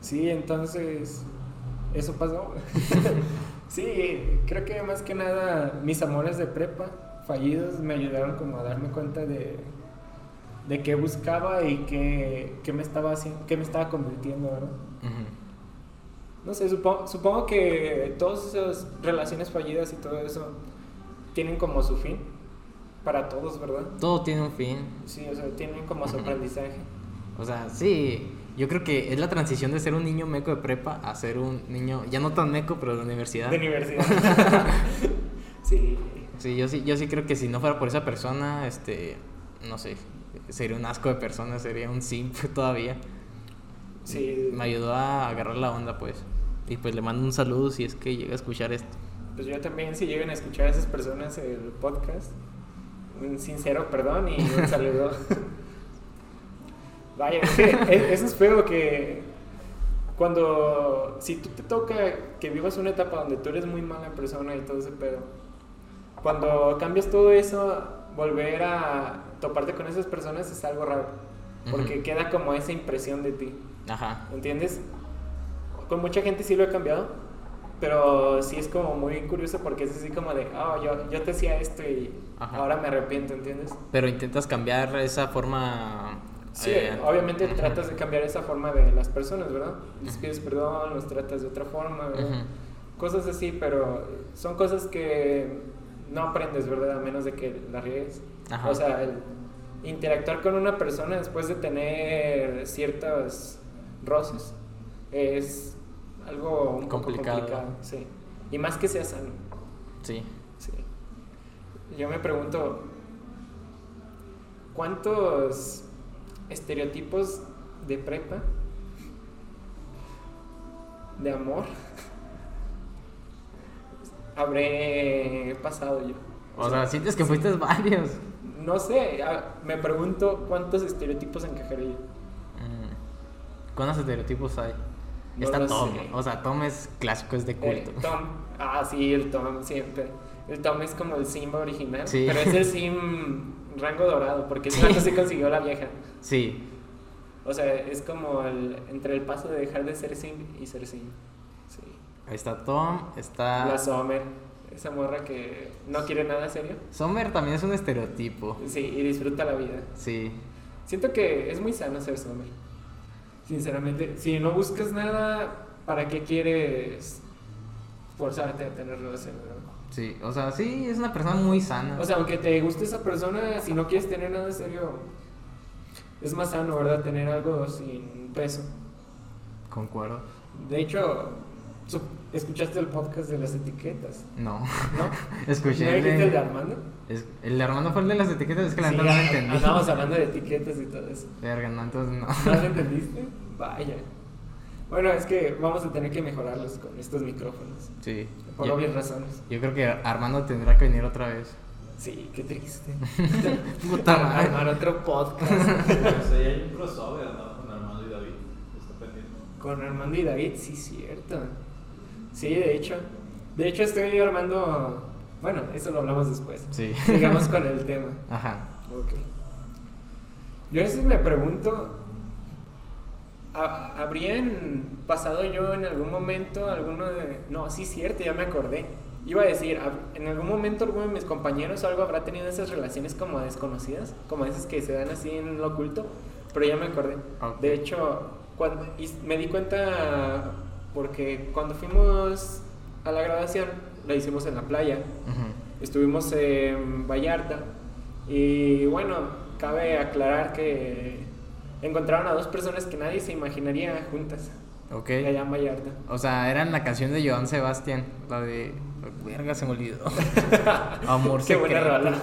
[SPEAKER 1] Sí, entonces. Eso pasó. sí, creo que más que nada mis amores de prepa fallidos me ayudaron como a darme cuenta de, de qué buscaba y qué, qué me estaba haciendo, qué me estaba convirtiendo, ¿verdad?
[SPEAKER 2] Ujú.
[SPEAKER 1] No sé, supongo, supongo que todas esas relaciones fallidas y todo eso tienen como su fin para todos, ¿verdad?
[SPEAKER 2] Todo tiene un fin.
[SPEAKER 1] Sí, o sea, tienen como su
[SPEAKER 2] Ujú.
[SPEAKER 1] aprendizaje.
[SPEAKER 2] O sea, sí. Yo creo que es la transición de ser un niño meco de prepa a ser un niño, ya no tan meco, pero de universidad.
[SPEAKER 1] De universidad. sí.
[SPEAKER 2] Sí, yo sí, yo sí creo que si no fuera por esa persona, este, no sé, sería un asco de persona, sería un simp todavía.
[SPEAKER 1] Sí.
[SPEAKER 2] Me ayudó a agarrar la onda, pues. Y pues le mando un saludo si es que llega a escuchar esto.
[SPEAKER 1] Pues yo también, si llegan a escuchar a esas personas el podcast, un sincero perdón y un saludo. Vaya, es que e- eso es feo que cuando, si tú te toca que vivas una etapa donde tú eres muy mala persona y todo ese pedo, cuando cambias todo eso, volver a toparte con esas personas es algo raro, porque
[SPEAKER 2] Ujú.
[SPEAKER 1] queda como esa impresión de ti.
[SPEAKER 2] Ajá.
[SPEAKER 1] ¿Entiendes? Con mucha gente sí lo he cambiado, Pero sí es como muy curioso porque es así como de, oh, yo, yo te hacía esto y
[SPEAKER 2] Ajá.
[SPEAKER 1] ahora me arrepiento, ¿entiendes?
[SPEAKER 2] Pero intentas cambiar esa forma.
[SPEAKER 1] Sí,
[SPEAKER 2] eh,
[SPEAKER 1] obviamente
[SPEAKER 2] ujú.
[SPEAKER 1] tratas de cambiar esa forma de las personas, ¿verdad? Les pides perdón, los tratas de otra forma, ¿verdad?
[SPEAKER 2] Ujú.
[SPEAKER 1] Cosas así, pero son cosas que no aprendes, ¿verdad? A menos de que las riegues.
[SPEAKER 2] Ajá.
[SPEAKER 1] O sea, el interactuar con una persona después de tener ciertos roces es algo un poco
[SPEAKER 2] Complicado.
[SPEAKER 1] complicado, sí. Y más que sea sano,
[SPEAKER 2] Sí.
[SPEAKER 1] sí. Yo me pregunto, ¿cuántos estereotipos de prepa, de amor, habré pasado yo?
[SPEAKER 2] O sea, sientes que fuiste varios.
[SPEAKER 1] No sé, a- me pregunto cuántos estereotipos encajaría yo.
[SPEAKER 2] Mm. ¿Cuántos estereotipos hay?
[SPEAKER 1] No
[SPEAKER 2] Está
[SPEAKER 1] lo
[SPEAKER 2] Tom.
[SPEAKER 1] sé.
[SPEAKER 2] O sea, Tom es clásico, es de
[SPEAKER 1] Eh,
[SPEAKER 2] culto.
[SPEAKER 1] Tom, ah, sí, el Tom siempre. El Tom es como el Simba original,
[SPEAKER 2] Sí.
[SPEAKER 1] pero es el Sim rango dorado, porque es
[SPEAKER 2] Sí.
[SPEAKER 1] una se consiguió la vieja.
[SPEAKER 2] Sí.
[SPEAKER 1] O sea, es como el, entre el paso de dejar de ser Sim y ser Sim. Sí.
[SPEAKER 2] Ahí Está Tom, está.
[SPEAKER 1] La Summer, esa morra que no quiere nada serio.
[SPEAKER 2] Sommer también es un estereotipo.
[SPEAKER 1] Sí, y disfruta la vida.
[SPEAKER 2] Sí.
[SPEAKER 1] Siento que es muy sano ser Summer. Sinceramente, si no buscas nada, ¿para qué quieres forzarte a tener relaciones? no?
[SPEAKER 2] Sí. O sea, sí, es una persona muy sana.
[SPEAKER 1] O sea, aunque te guste esa persona, si no quieres tener nada serio, es más sano, ¿verdad? Tener algo sin peso.
[SPEAKER 2] Concuerdo.
[SPEAKER 1] De hecho, su- escuchaste el podcast de las etiquetas, ¿no?
[SPEAKER 2] No. Escuché.
[SPEAKER 1] ¿No
[SPEAKER 2] el
[SPEAKER 1] dijiste
[SPEAKER 2] de-
[SPEAKER 1] el de Armando?
[SPEAKER 2] Es- el de Armando fue el de las etiquetas, es que la
[SPEAKER 1] Sí, ah,
[SPEAKER 2] neta no lo entendí.
[SPEAKER 1] Andábamos hablando de etiquetas y todo eso.
[SPEAKER 2] Verga, no, entonces no.
[SPEAKER 1] ¿No lo entendiste? Vaya. Bueno, es que vamos a tener que mejorarlos con estos micrófonos.
[SPEAKER 2] Sí.
[SPEAKER 1] Por
[SPEAKER 2] yo,
[SPEAKER 1] obvias razones.
[SPEAKER 2] yo creo que Armando tendrá que venir otra vez.
[SPEAKER 1] Sí, qué triste.
[SPEAKER 2] Puta madre.
[SPEAKER 1] Armar otro podcast.
[SPEAKER 4] Pero si Pues, hay un crossover, ¿no? Con Armando y David. Está pendiente.
[SPEAKER 1] Con Armando y David, sí, cierto. Sí, de hecho. De hecho, estoy armando. Bueno, eso lo hablamos después.
[SPEAKER 2] Sí.
[SPEAKER 1] Sigamos con el tema.
[SPEAKER 2] Ajá.
[SPEAKER 1] Ok. Yo a veces me pregunto, ¿ha- ¿habrían pasado yo en algún momento alguno de... No, sí, cierto, ya me acordé. Iba a decir, ¿hab- en algún momento alguno de mis compañeros o algo habrá tenido esas relaciones como desconocidas, como esas que se dan así en lo oculto, pero ya me acordé.
[SPEAKER 2] Ok.
[SPEAKER 1] De hecho, cuando, y me di cuenta porque cuando fuimos a la graduación, la hicimos en la playa.
[SPEAKER 2] Ujú.
[SPEAKER 1] Estuvimos en Vallarta y bueno, cabe aclarar que encontraron a dos personas que nadie se imaginaría juntas
[SPEAKER 2] Ok.
[SPEAKER 1] allá en Vallarta.
[SPEAKER 2] O sea, eran la canción de Joan Sebastián. La de. Verga, se me olvidó. Amor
[SPEAKER 1] Qué buena
[SPEAKER 2] secreto.
[SPEAKER 1] rola.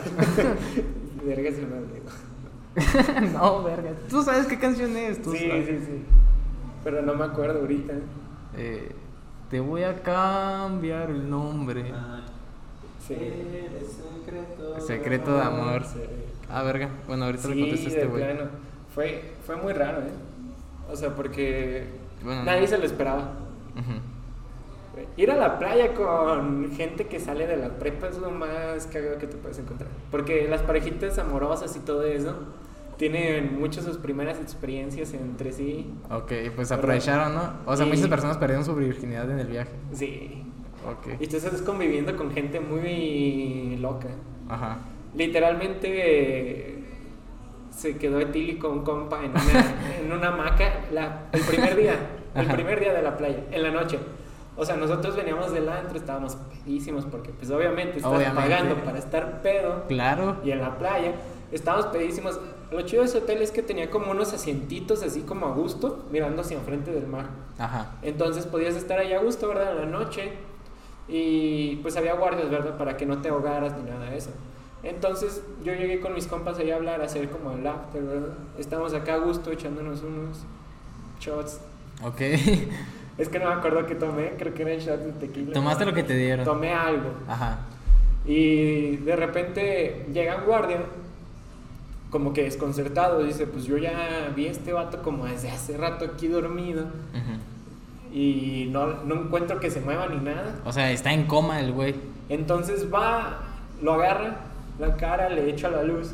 [SPEAKER 1] Verga, se me olvidó.
[SPEAKER 2] no, verga. Tú sabes qué canción es. Tú
[SPEAKER 1] Sí,
[SPEAKER 2] sabes.
[SPEAKER 1] sí, sí. Pero no me acuerdo ahorita.
[SPEAKER 2] Eh, te voy a cambiar el nombre.
[SPEAKER 1] Ah.
[SPEAKER 4] Ah,
[SPEAKER 1] Sí.
[SPEAKER 4] Eres secreto.
[SPEAKER 2] El secreto de amor.
[SPEAKER 1] Sí,
[SPEAKER 2] Ah, verga. Bueno, ahorita le
[SPEAKER 1] Sí,
[SPEAKER 2] contesto a
[SPEAKER 1] de
[SPEAKER 2] este güey.
[SPEAKER 1] plano. Fue, fue muy raro, ¿eh? O sea, porque
[SPEAKER 2] Bueno,
[SPEAKER 1] nadie
[SPEAKER 2] no.
[SPEAKER 1] se lo esperaba.
[SPEAKER 2] Ujú.
[SPEAKER 1] Ir a la playa con gente que sale de la prepa es lo más cagado que te puedes encontrar. Porque las parejitas amorosas y todo eso tienen muchas sus primeras experiencias entre sí.
[SPEAKER 2] Ok, pues
[SPEAKER 1] ¿Verdad?
[SPEAKER 2] aprovecharon, ¿no? O sea,
[SPEAKER 1] Y-
[SPEAKER 2] muchas personas perdieron su virginidad en el viaje.
[SPEAKER 1] Sí. Y
[SPEAKER 2] Ok.
[SPEAKER 1] tú estás conviviendo con gente muy loca.
[SPEAKER 2] Ajá.
[SPEAKER 1] Literalmente eh, se quedó etílico un compa en una, en una hamaca la- el primer día, el
[SPEAKER 2] Ajá.
[SPEAKER 1] primer día de la playa, en la noche. O sea, nosotros veníamos del antro, estábamos pedísimos porque pues obviamente estás
[SPEAKER 2] Obviamente.
[SPEAKER 1] pagando para estar pedo
[SPEAKER 2] Claro.
[SPEAKER 1] y en la playa. Estábamos pedísimos. Lo chido de ese hotel es que tenía como unos asientitos así como a gusto, mirando hacia enfrente del mar.
[SPEAKER 2] Ajá.
[SPEAKER 1] Entonces podías estar ahí a gusto, ¿verdad? En la noche. Y pues había guardias, ¿verdad? Para que no te ahogaras ni nada de eso. Entonces yo llegué con mis compas ahí a hablar, a hacer como el after, ¿verdad? Estábamos acá a gusto echándonos unos shots.
[SPEAKER 2] Ok.
[SPEAKER 1] Es que no me acuerdo qué tomé, creo que eran shots de tequila.
[SPEAKER 2] Tomaste lo que te dieron.
[SPEAKER 1] Tomé algo.
[SPEAKER 2] Ajá.
[SPEAKER 1] Y de repente llega un guardia, como que desconcertado, dice, pues yo ya vi a este vato como desde hace rato aquí dormido
[SPEAKER 2] Ujú.
[SPEAKER 1] y no, no encuentro que se mueva ni nada.
[SPEAKER 2] O sea, está en coma el güey.
[SPEAKER 1] Entonces va, lo agarra, la cara, le echa la luz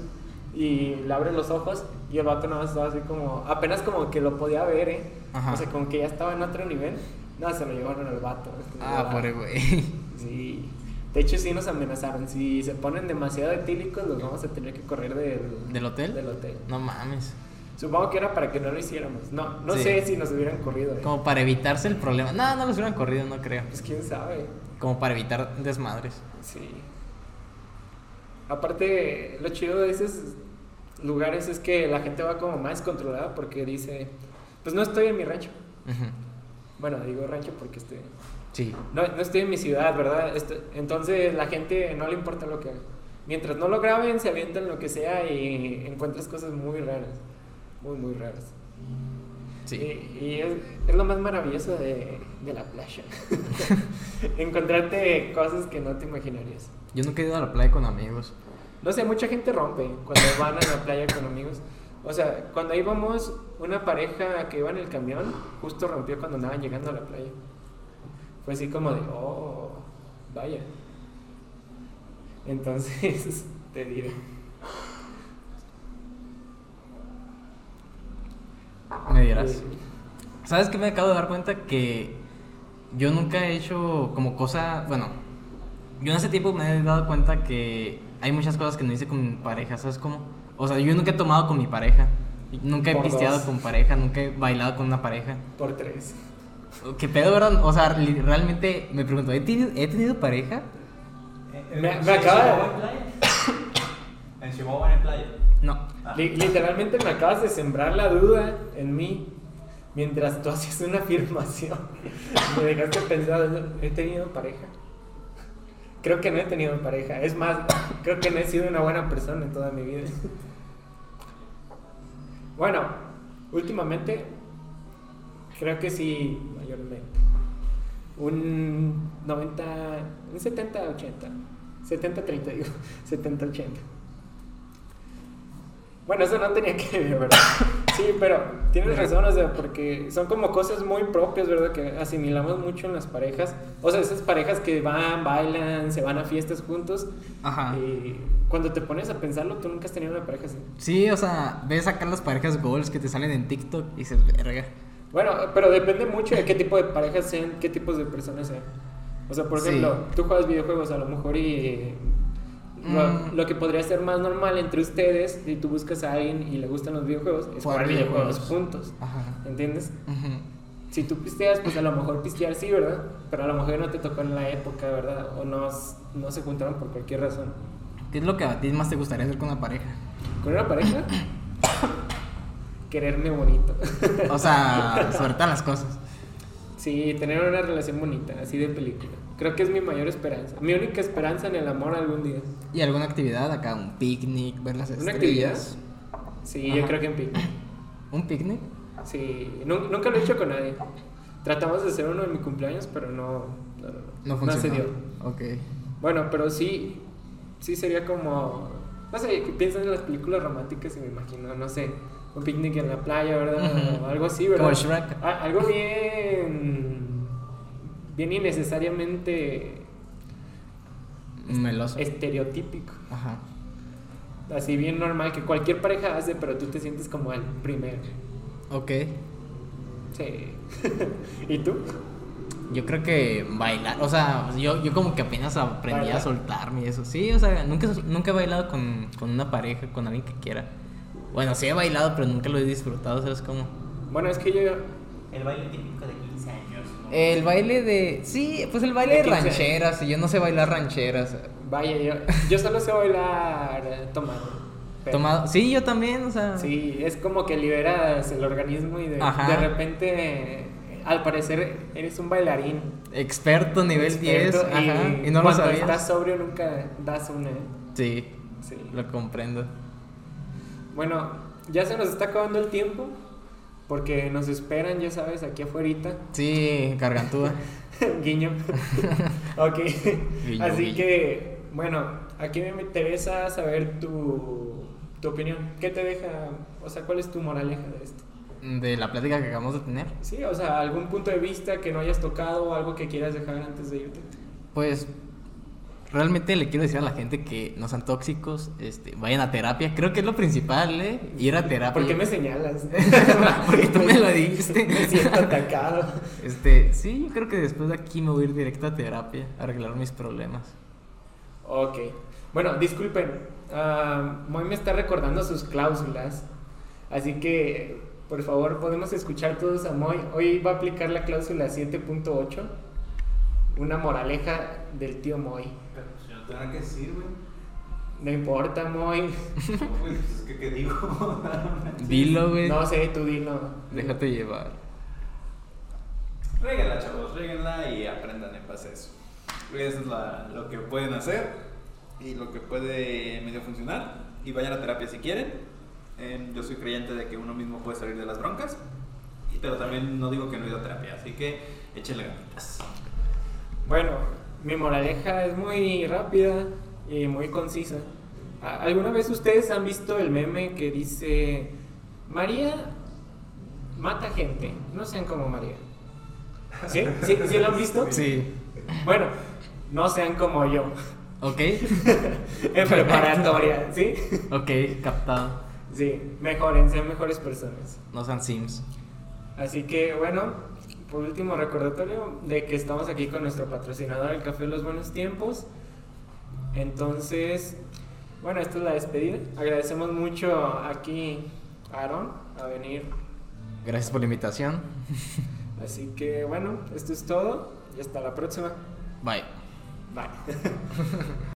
[SPEAKER 1] y le abre los ojos y el vato nada más estaba así como, apenas como que lo podía ver, ¿eh?
[SPEAKER 2] Ajá.
[SPEAKER 1] O sea, como que ya estaba en otro nivel. No, se lo llevaron al vato.
[SPEAKER 2] Ah, pobre güey.
[SPEAKER 1] Sí. De hecho, sí nos amenazaron. Si se ponen demasiado etílicos, los vamos a tener que correr del,
[SPEAKER 2] ¿Del hotel?
[SPEAKER 1] Del hotel.
[SPEAKER 2] No mames.
[SPEAKER 1] Supongo que era para que no lo hiciéramos. No, no
[SPEAKER 2] Sí.
[SPEAKER 1] sé si nos hubieran corrido. eh.
[SPEAKER 2] Como para evitarse el problema. No, no los hubieran corrido, no creo.
[SPEAKER 1] Pues quién sabe.
[SPEAKER 2] Como para evitar desmadres.
[SPEAKER 1] Sí. Aparte, lo chido de esos lugares es que la gente va como más controlada porque dice, pues no estoy en mi rancho.
[SPEAKER 2] Ujú.
[SPEAKER 1] Bueno, digo rancho porque estoy...
[SPEAKER 2] Sí.
[SPEAKER 1] No, no estoy en mi ciudad, ¿verdad? Esto- entonces la gente no le importa lo que haga. Mientras no lo graben, se avientan lo que sea y encuentras cosas muy raras. Muy, muy raras.
[SPEAKER 2] Sí.
[SPEAKER 1] Y, y es, es lo más maravilloso de, de la playa. Encontrarte cosas que no te imaginarías.
[SPEAKER 2] Yo nunca he ido a la playa con amigos.
[SPEAKER 1] No sé, mucha gente rompe cuando van a la playa con amigos. O sea, cuando íbamos, una pareja que iba en el camión justo rompió cuando andaban llegando a la playa. Fue así como de, oh, vaya. Entonces, te diré.
[SPEAKER 2] Me dirás.
[SPEAKER 1] Eh,
[SPEAKER 2] ¿Sabes qué me acabo de dar cuenta? Que yo nunca he hecho como cosa. Bueno, yo en ese tiempo me he dado cuenta que hay muchas cosas que no hice con mi pareja, ¿sabes cómo? O sea, yo nunca he tomado con mi pareja. Nunca he
[SPEAKER 1] Por
[SPEAKER 2] pisteado
[SPEAKER 1] dos.
[SPEAKER 2] con pareja, nunca he bailado con una pareja.
[SPEAKER 1] Por tres.
[SPEAKER 2] ¿Qué pedo, verdad? O sea, li- realmente me pregunto, ¿he tenido, ¿he tenido pareja?
[SPEAKER 4] Eh,
[SPEAKER 1] Me- me acaba de-
[SPEAKER 4] En Chihuahua en playa.
[SPEAKER 2] No.
[SPEAKER 4] Ah.
[SPEAKER 1] Li- literalmente me acabas de sembrar la duda en mí mientras tú hacías una afirmación. Me dejaste pensando, he tenido pareja. Creo que no he tenido pareja. Es más, creo que no he sido una buena persona en toda mi vida. Bueno, últimamente, creo que sí, mayormente. Un 90, un 70-80. 70-30, digo. 70-80. Bueno, eso no tenía que ver, ¿verdad? Sí, pero tienes razón, o sea, porque son como cosas muy propias, ¿verdad? Que asimilamos mucho en las parejas. O sea, esas parejas que van, bailan, se van a fiestas juntos.
[SPEAKER 2] Ajá.
[SPEAKER 1] Y cuando te pones a pensarlo, tú nunca has tenido una pareja así.
[SPEAKER 2] Sí, o sea, ves acá las parejas goals que te salen en TikTok y dices, verga.
[SPEAKER 1] Bueno, pero depende mucho de qué tipo de parejas sean, qué tipos de personas sean. O sea, por
[SPEAKER 2] Sí.
[SPEAKER 1] ejemplo, tú juegas videojuegos a lo mejor y lo,
[SPEAKER 2] Mm.
[SPEAKER 1] lo que podría ser más normal entre ustedes, si tú buscas a alguien y le gustan los videojuegos, es
[SPEAKER 2] Jugar
[SPEAKER 1] jugar videojuegos
[SPEAKER 2] videojuegos.
[SPEAKER 1] juntos.
[SPEAKER 2] Ajá.
[SPEAKER 1] ¿Entiendes?
[SPEAKER 2] Ujú.
[SPEAKER 1] Si tú pisteas, pues a lo mejor pistear sí, ¿verdad? Pero a lo mejor no te tocó en la época, ¿verdad? O no, s- no se juntaron por cualquier razón.
[SPEAKER 2] ¿Qué es lo que a ti más te gustaría hacer con una pareja?
[SPEAKER 1] Con una pareja, quererme bonito.
[SPEAKER 2] O sea, sobre todas las cosas.
[SPEAKER 1] Sí, tener una relación bonita, así de película. Creo que es mi mayor esperanza. Mi única esperanza en el amor algún día.
[SPEAKER 2] ¿Y alguna actividad acá? ¿Un picnic? ¿Ver las
[SPEAKER 1] ¿Una
[SPEAKER 2] estrellas?
[SPEAKER 1] Sí, yo
[SPEAKER 2] Ajá.
[SPEAKER 1] creo que en picnic.
[SPEAKER 2] ¿Un picnic?
[SPEAKER 1] Sí, nun- nunca lo he hecho con nadie. Tratamos de hacer uno en mi cumpleaños, pero no. No, no,
[SPEAKER 2] No
[SPEAKER 1] no se
[SPEAKER 2] funcionó.
[SPEAKER 1] dio.
[SPEAKER 2] Ok.
[SPEAKER 1] Bueno, pero sí. Sí sería como. No sé, que piensan en las películas románticas y me imagino, no sé. Un picnic en la playa, ¿verdad?
[SPEAKER 2] Ujú.
[SPEAKER 1] O algo así, ¿verdad?
[SPEAKER 2] Como Shrek.
[SPEAKER 1] A- algo bien. Bien innecesariamente
[SPEAKER 2] Meloso.
[SPEAKER 1] estereotípico.
[SPEAKER 2] Ajá.
[SPEAKER 1] Así bien normal que cualquier pareja hace, pero tú te sientes como el primero.
[SPEAKER 2] Ok.
[SPEAKER 1] Sí. ¿Y tú?
[SPEAKER 2] Yo creo que bailar, o sea, yo, yo como que apenas aprendí a
[SPEAKER 1] Bailar.
[SPEAKER 2] soltarme y eso. Sí, o sea, nunca, nunca he bailado con, con una pareja, con alguien que quiera. Bueno, sí he bailado, pero nunca lo he disfrutado, ¿sabes cómo?
[SPEAKER 1] Bueno, es que yo...
[SPEAKER 3] El baile típico de 15 años. ¿no?
[SPEAKER 2] El baile de... Sí, pues el baile
[SPEAKER 1] De
[SPEAKER 2] de
[SPEAKER 1] 15.
[SPEAKER 2] rancheras, y yo no sé bailar rancheras.
[SPEAKER 1] Vaya, yo, yo solo sé bailar eh, tomado. Pero-
[SPEAKER 2] Tomado... Sí, yo también, o sea...
[SPEAKER 1] Sí, es como que liberas el organismo y de,
[SPEAKER 2] Ajá.
[SPEAKER 1] de repente, eh, al parecer, eres un bailarín.
[SPEAKER 2] Experto nivel
[SPEAKER 1] experto
[SPEAKER 2] 10, ajá,
[SPEAKER 1] Y,
[SPEAKER 2] y no lo
[SPEAKER 1] cuando
[SPEAKER 2] sabía.
[SPEAKER 1] estás sobrio nunca das una. ¿eh?
[SPEAKER 2] Sí,
[SPEAKER 1] Sí.
[SPEAKER 2] lo comprendo.
[SPEAKER 1] Bueno, ya se nos está acabando el tiempo. Porque nos esperan, ya sabes, aquí afuerita.
[SPEAKER 2] Sí, gargantúa.
[SPEAKER 1] Guiño. ok.
[SPEAKER 2] Guiño,
[SPEAKER 1] Así
[SPEAKER 2] guiño.
[SPEAKER 1] que, bueno, aquí me interesa saber tu, tu opinión. ¿Qué te deja? O sea, ¿cuál es tu moraleja de esto?
[SPEAKER 2] de la plática que acabamos de tener.
[SPEAKER 1] Sí, o sea, algún punto de vista que no hayas tocado o algo que quieras dejar antes de irte.
[SPEAKER 2] Pues realmente le quiero decir a la gente que no sean tóxicos, este, vayan a terapia. Creo que es lo principal, ¿eh? Ir a terapia.
[SPEAKER 1] ¿Por qué me señalas?
[SPEAKER 2] Porque tú me lo dijiste.
[SPEAKER 1] Me siento atacado.
[SPEAKER 2] Este, sí, yo creo que después de aquí me voy a ir directo a terapia, a arreglar mis problemas.
[SPEAKER 1] Ok. Bueno, disculpen. ah, Moy me está recordando sus cláusulas. Así que, por favor, podemos escuchar todos a Moy. Hoy va a aplicar la cláusula 7.8. Una moraleja del tío Moy.
[SPEAKER 4] Pero si no tengo nada que decir, güey.
[SPEAKER 1] No importa, Moy.
[SPEAKER 4] No, güey, pues es que, ¿qué digo?
[SPEAKER 2] Dilo, güey.
[SPEAKER 1] No sé, tú dilo.
[SPEAKER 2] Déjate llevar.
[SPEAKER 4] Réguenla, chavos, réguenla y aprendan en base a eso. Eso es la- lo que pueden hacer y lo que puede eh, medio funcionar. Y vayan a terapia si quieren. Eh, yo soy creyente de que uno mismo puede salir de las broncas, y- pero también no digo que no he ido a terapia, así que échenle ganitas.
[SPEAKER 1] Bueno, mi moraleja es muy rápida y muy concisa. ¿A- ¿Alguna vez ustedes han visto el meme que dice María mata gente? No sean como María. ¿Sí? ¿Sí, sí lo han visto?
[SPEAKER 2] Sí.
[SPEAKER 1] Bueno, no sean como yo.
[SPEAKER 2] Ok.
[SPEAKER 1] En preparatoria, ¿sí?
[SPEAKER 2] Ok, captado.
[SPEAKER 1] Sí, mejoren, sean mejores personas.
[SPEAKER 2] No sean Sims.
[SPEAKER 1] Así que bueno, por último recordatorio de que estamos aquí con nuestro patrocinador, el Café de los Buenos Tiempos. Entonces, bueno, esta es la despedida. Agradecemos mucho aquí a Aaron a venir.
[SPEAKER 2] Gracias por la invitación.
[SPEAKER 1] Así que bueno, esto es todo y hasta la próxima.
[SPEAKER 2] Bye.
[SPEAKER 1] Bye.